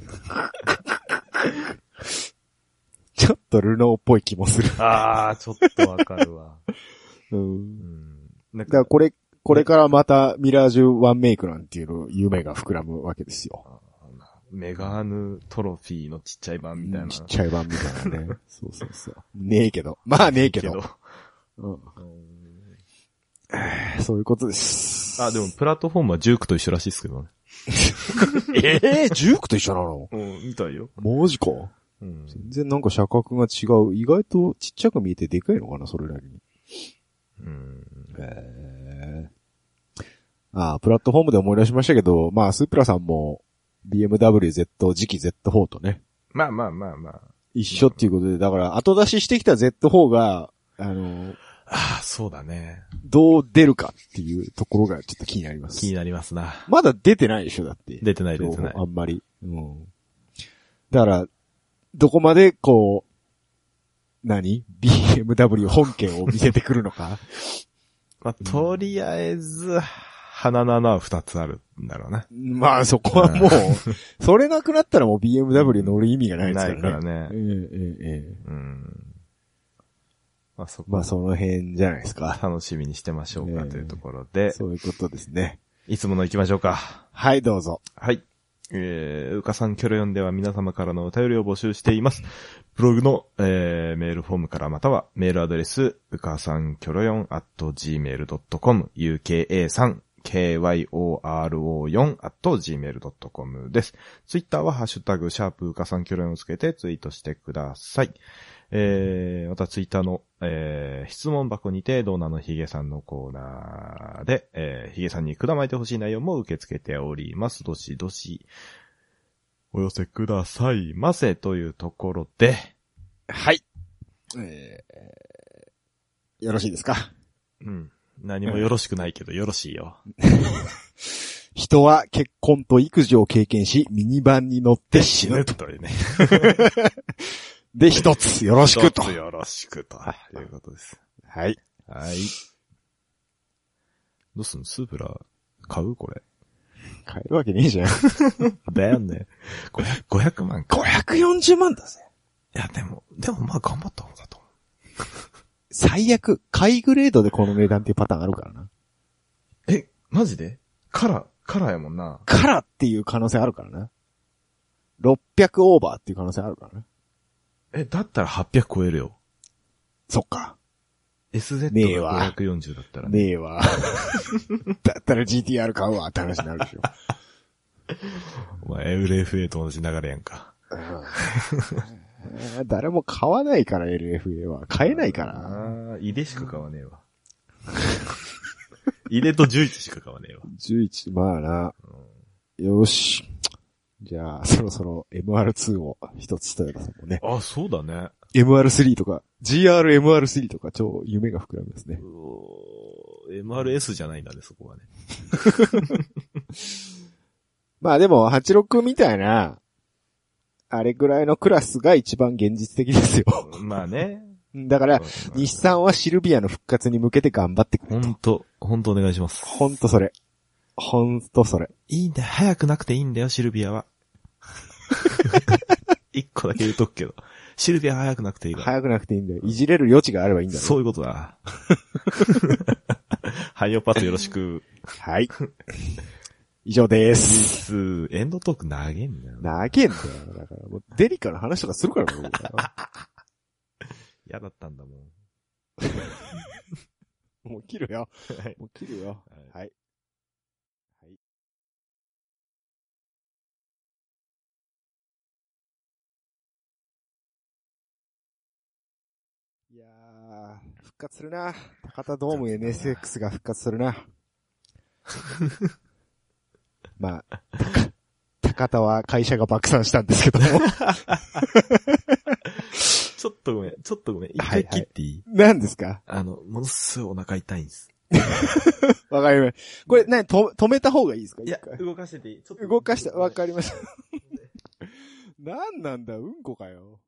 Speaker 2: ちょっとルノーっぽい気もする。
Speaker 1: あー、ちょっとわかるわ。
Speaker 2: うん
Speaker 1: う。ん。なん
Speaker 2: だから
Speaker 1: か、
Speaker 2: これ、これからまたミラージュワンメイクなんていうの夢が膨らむわけですよ。
Speaker 1: あメガーヌトロフィーのちっちゃい版みたいな。
Speaker 2: ちっちゃい版みた [laughs] いなね。そうそうそう。ねえけど。まあねえけど。うん
Speaker 1: うん
Speaker 2: そういうことです。
Speaker 1: あ、でも、プラットフォームはジュークと一緒らしいっすけどね。
Speaker 2: ええジュークと一緒なの
Speaker 1: うん、みたいよ。
Speaker 2: マジか。
Speaker 1: うん。
Speaker 2: 全然なんか車格が違う。意外とちっちゃく見えてでかいのかな、それなりに。
Speaker 1: うん。
Speaker 2: えー、ああ、プラットフォームで思い出しましたけど、まあ、スープラさんも BMW Z、次期 Z4 とね、
Speaker 1: まあまあまあまあ。
Speaker 2: 一緒っていうことで、だから後出ししてきた Z4 が、あの、
Speaker 1: ああ、そうだね。
Speaker 2: どう出るかっていうところがちょっと気になりま
Speaker 1: 気に
Speaker 2: す。
Speaker 1: なりますな。
Speaker 2: まだ出てないでしょ、だって。
Speaker 1: 出てない出てない
Speaker 2: 情報あんまり。うん。だから、どこまで、こう、何 ?BMW 本家を見せてくるのか
Speaker 1: まあ、とりあえず、鼻の穴は二つあるんだろうな。
Speaker 2: まあそこはもう、それなくなったらもう BMW 乗る意味がないですからね。
Speaker 1: ないからね
Speaker 2: ええええええ
Speaker 1: うん。まあ、そこ
Speaker 2: まあその辺じゃないです
Speaker 1: は
Speaker 2: か。
Speaker 1: 楽しみにしてましょうか
Speaker 2: ねえ
Speaker 1: というところで、
Speaker 2: そういうことですね。
Speaker 1: いつもの行きましょうか。
Speaker 2: はい、どうぞ。
Speaker 1: はい。えー、うかさんキョロヨンでは皆様からのお便りを募集しています。ブログの、えー、メールフォームからまたはメールアドレス、うかさんキョロヨン at gmail.com、uka3、kyor4 at gmail.com です。ツイッターはハッシュタグ、シャープうかさんキョロヨンをつけてツイートしてください。えー、またツイッターの、えー、質問箱にて、ドーナのヒゲさんのコーナーで、えー、ヒゲさんにくだまいてほしい内容も受け付けております。どしどし、お寄せくださいませというところで、
Speaker 2: はい。えー、よろしいですか
Speaker 1: うん。何もよろしくないけど、よろしいよ。
Speaker 2: 人は結婚と育児を経験し、ミニバンに乗って死
Speaker 1: ぬ
Speaker 2: ぬ
Speaker 1: っ。というね。
Speaker 2: で、一つ、よろしくと
Speaker 1: 一。つよろしくと。いうことです。
Speaker 2: はい。
Speaker 1: はい。どうすんのスープラ買うこれ。
Speaker 2: 買えるわけねえじゃん。
Speaker 1: だよ
Speaker 2: [laughs]
Speaker 1: ね。500、500万か。
Speaker 2: 540万だぜ。
Speaker 1: いや、でも、でもまあ頑張った方だと思う。
Speaker 2: 最悪、買いグレードでこの値段っていうパターンあるからな。
Speaker 1: え、マジでカラー、カラーやもんな。
Speaker 2: からっていう可能性あるからな。600オーバーっていう可能性あるからな。
Speaker 1: え、だったら800超えるよ。
Speaker 2: そっか。ねえ
Speaker 1: SZ
Speaker 2: わ
Speaker 1: が540だったらね。
Speaker 2: ねえわ。だったら GTR 買うわって話になるでしょ。
Speaker 1: お前、LFA と同じ流れやんか。
Speaker 2: うん誰も買わないから LFA は。買えないから。
Speaker 1: ああ、イデしか買わねえわ。イデと11しか買わねえわ。
Speaker 2: 11、まあな。よし。じゃあ、そろそろ MR2 を一つ伝えたさんもね。
Speaker 1: あ、そうだね。
Speaker 2: MR3 とか、GRMR3 とか、超夢が膨らみますね
Speaker 1: う。おー MRS じゃないんだね、そこはね。
Speaker 2: まあでも、86みたいな、あれぐらいのクラスが一番現実的ですよ。 [laughs]
Speaker 1: まあね。
Speaker 2: だから、日産はシルビアの復活に向けて頑張ってく
Speaker 1: ほ
Speaker 2: れと
Speaker 1: ん。と、ほんとお願いします。
Speaker 2: ほんとそれ。ほんとそれ。
Speaker 1: いいんだよ、早くなくていいんだよ、シルビア
Speaker 2: [laughs]
Speaker 1: は。一個だけ言うとくけど。シルビアは早くなくていいから。
Speaker 2: 早くなくていいんだよ。いじれる余地があればいいんだよ。
Speaker 1: そういうことだ。 [laughs] 汎用パスよろしく。
Speaker 2: はい。以
Speaker 1: [laughs]
Speaker 2: 上です。
Speaker 1: すエンドトーク投げんなよ。
Speaker 2: なげんだよ。だから、もうデリカの話とかするからな僕は
Speaker 1: 嫌だったんだもん。 [laughs]
Speaker 2: もう切るよ。
Speaker 1: はい
Speaker 2: もう切るよ。
Speaker 1: はい
Speaker 2: はい。いやー、復活するな。高田ドーム NSX が復活するな。 [laughs] まあ、た高田は会社が爆散したんですけども。 [laughs]
Speaker 1: ちょっとごめん、ちょっとごめん。一
Speaker 2: はい
Speaker 1: 回切っていい、
Speaker 2: 何ですか
Speaker 1: あの、ものすごいお腹痛いんです。
Speaker 2: わかりました。これ、何、と止めた方がいいですか
Speaker 1: いや
Speaker 2: 一回、
Speaker 1: 動かしてていい。ちょっと
Speaker 2: [laughs] 動かした、わかりま
Speaker 1: し
Speaker 2: した。何なんだ、うんこかよ。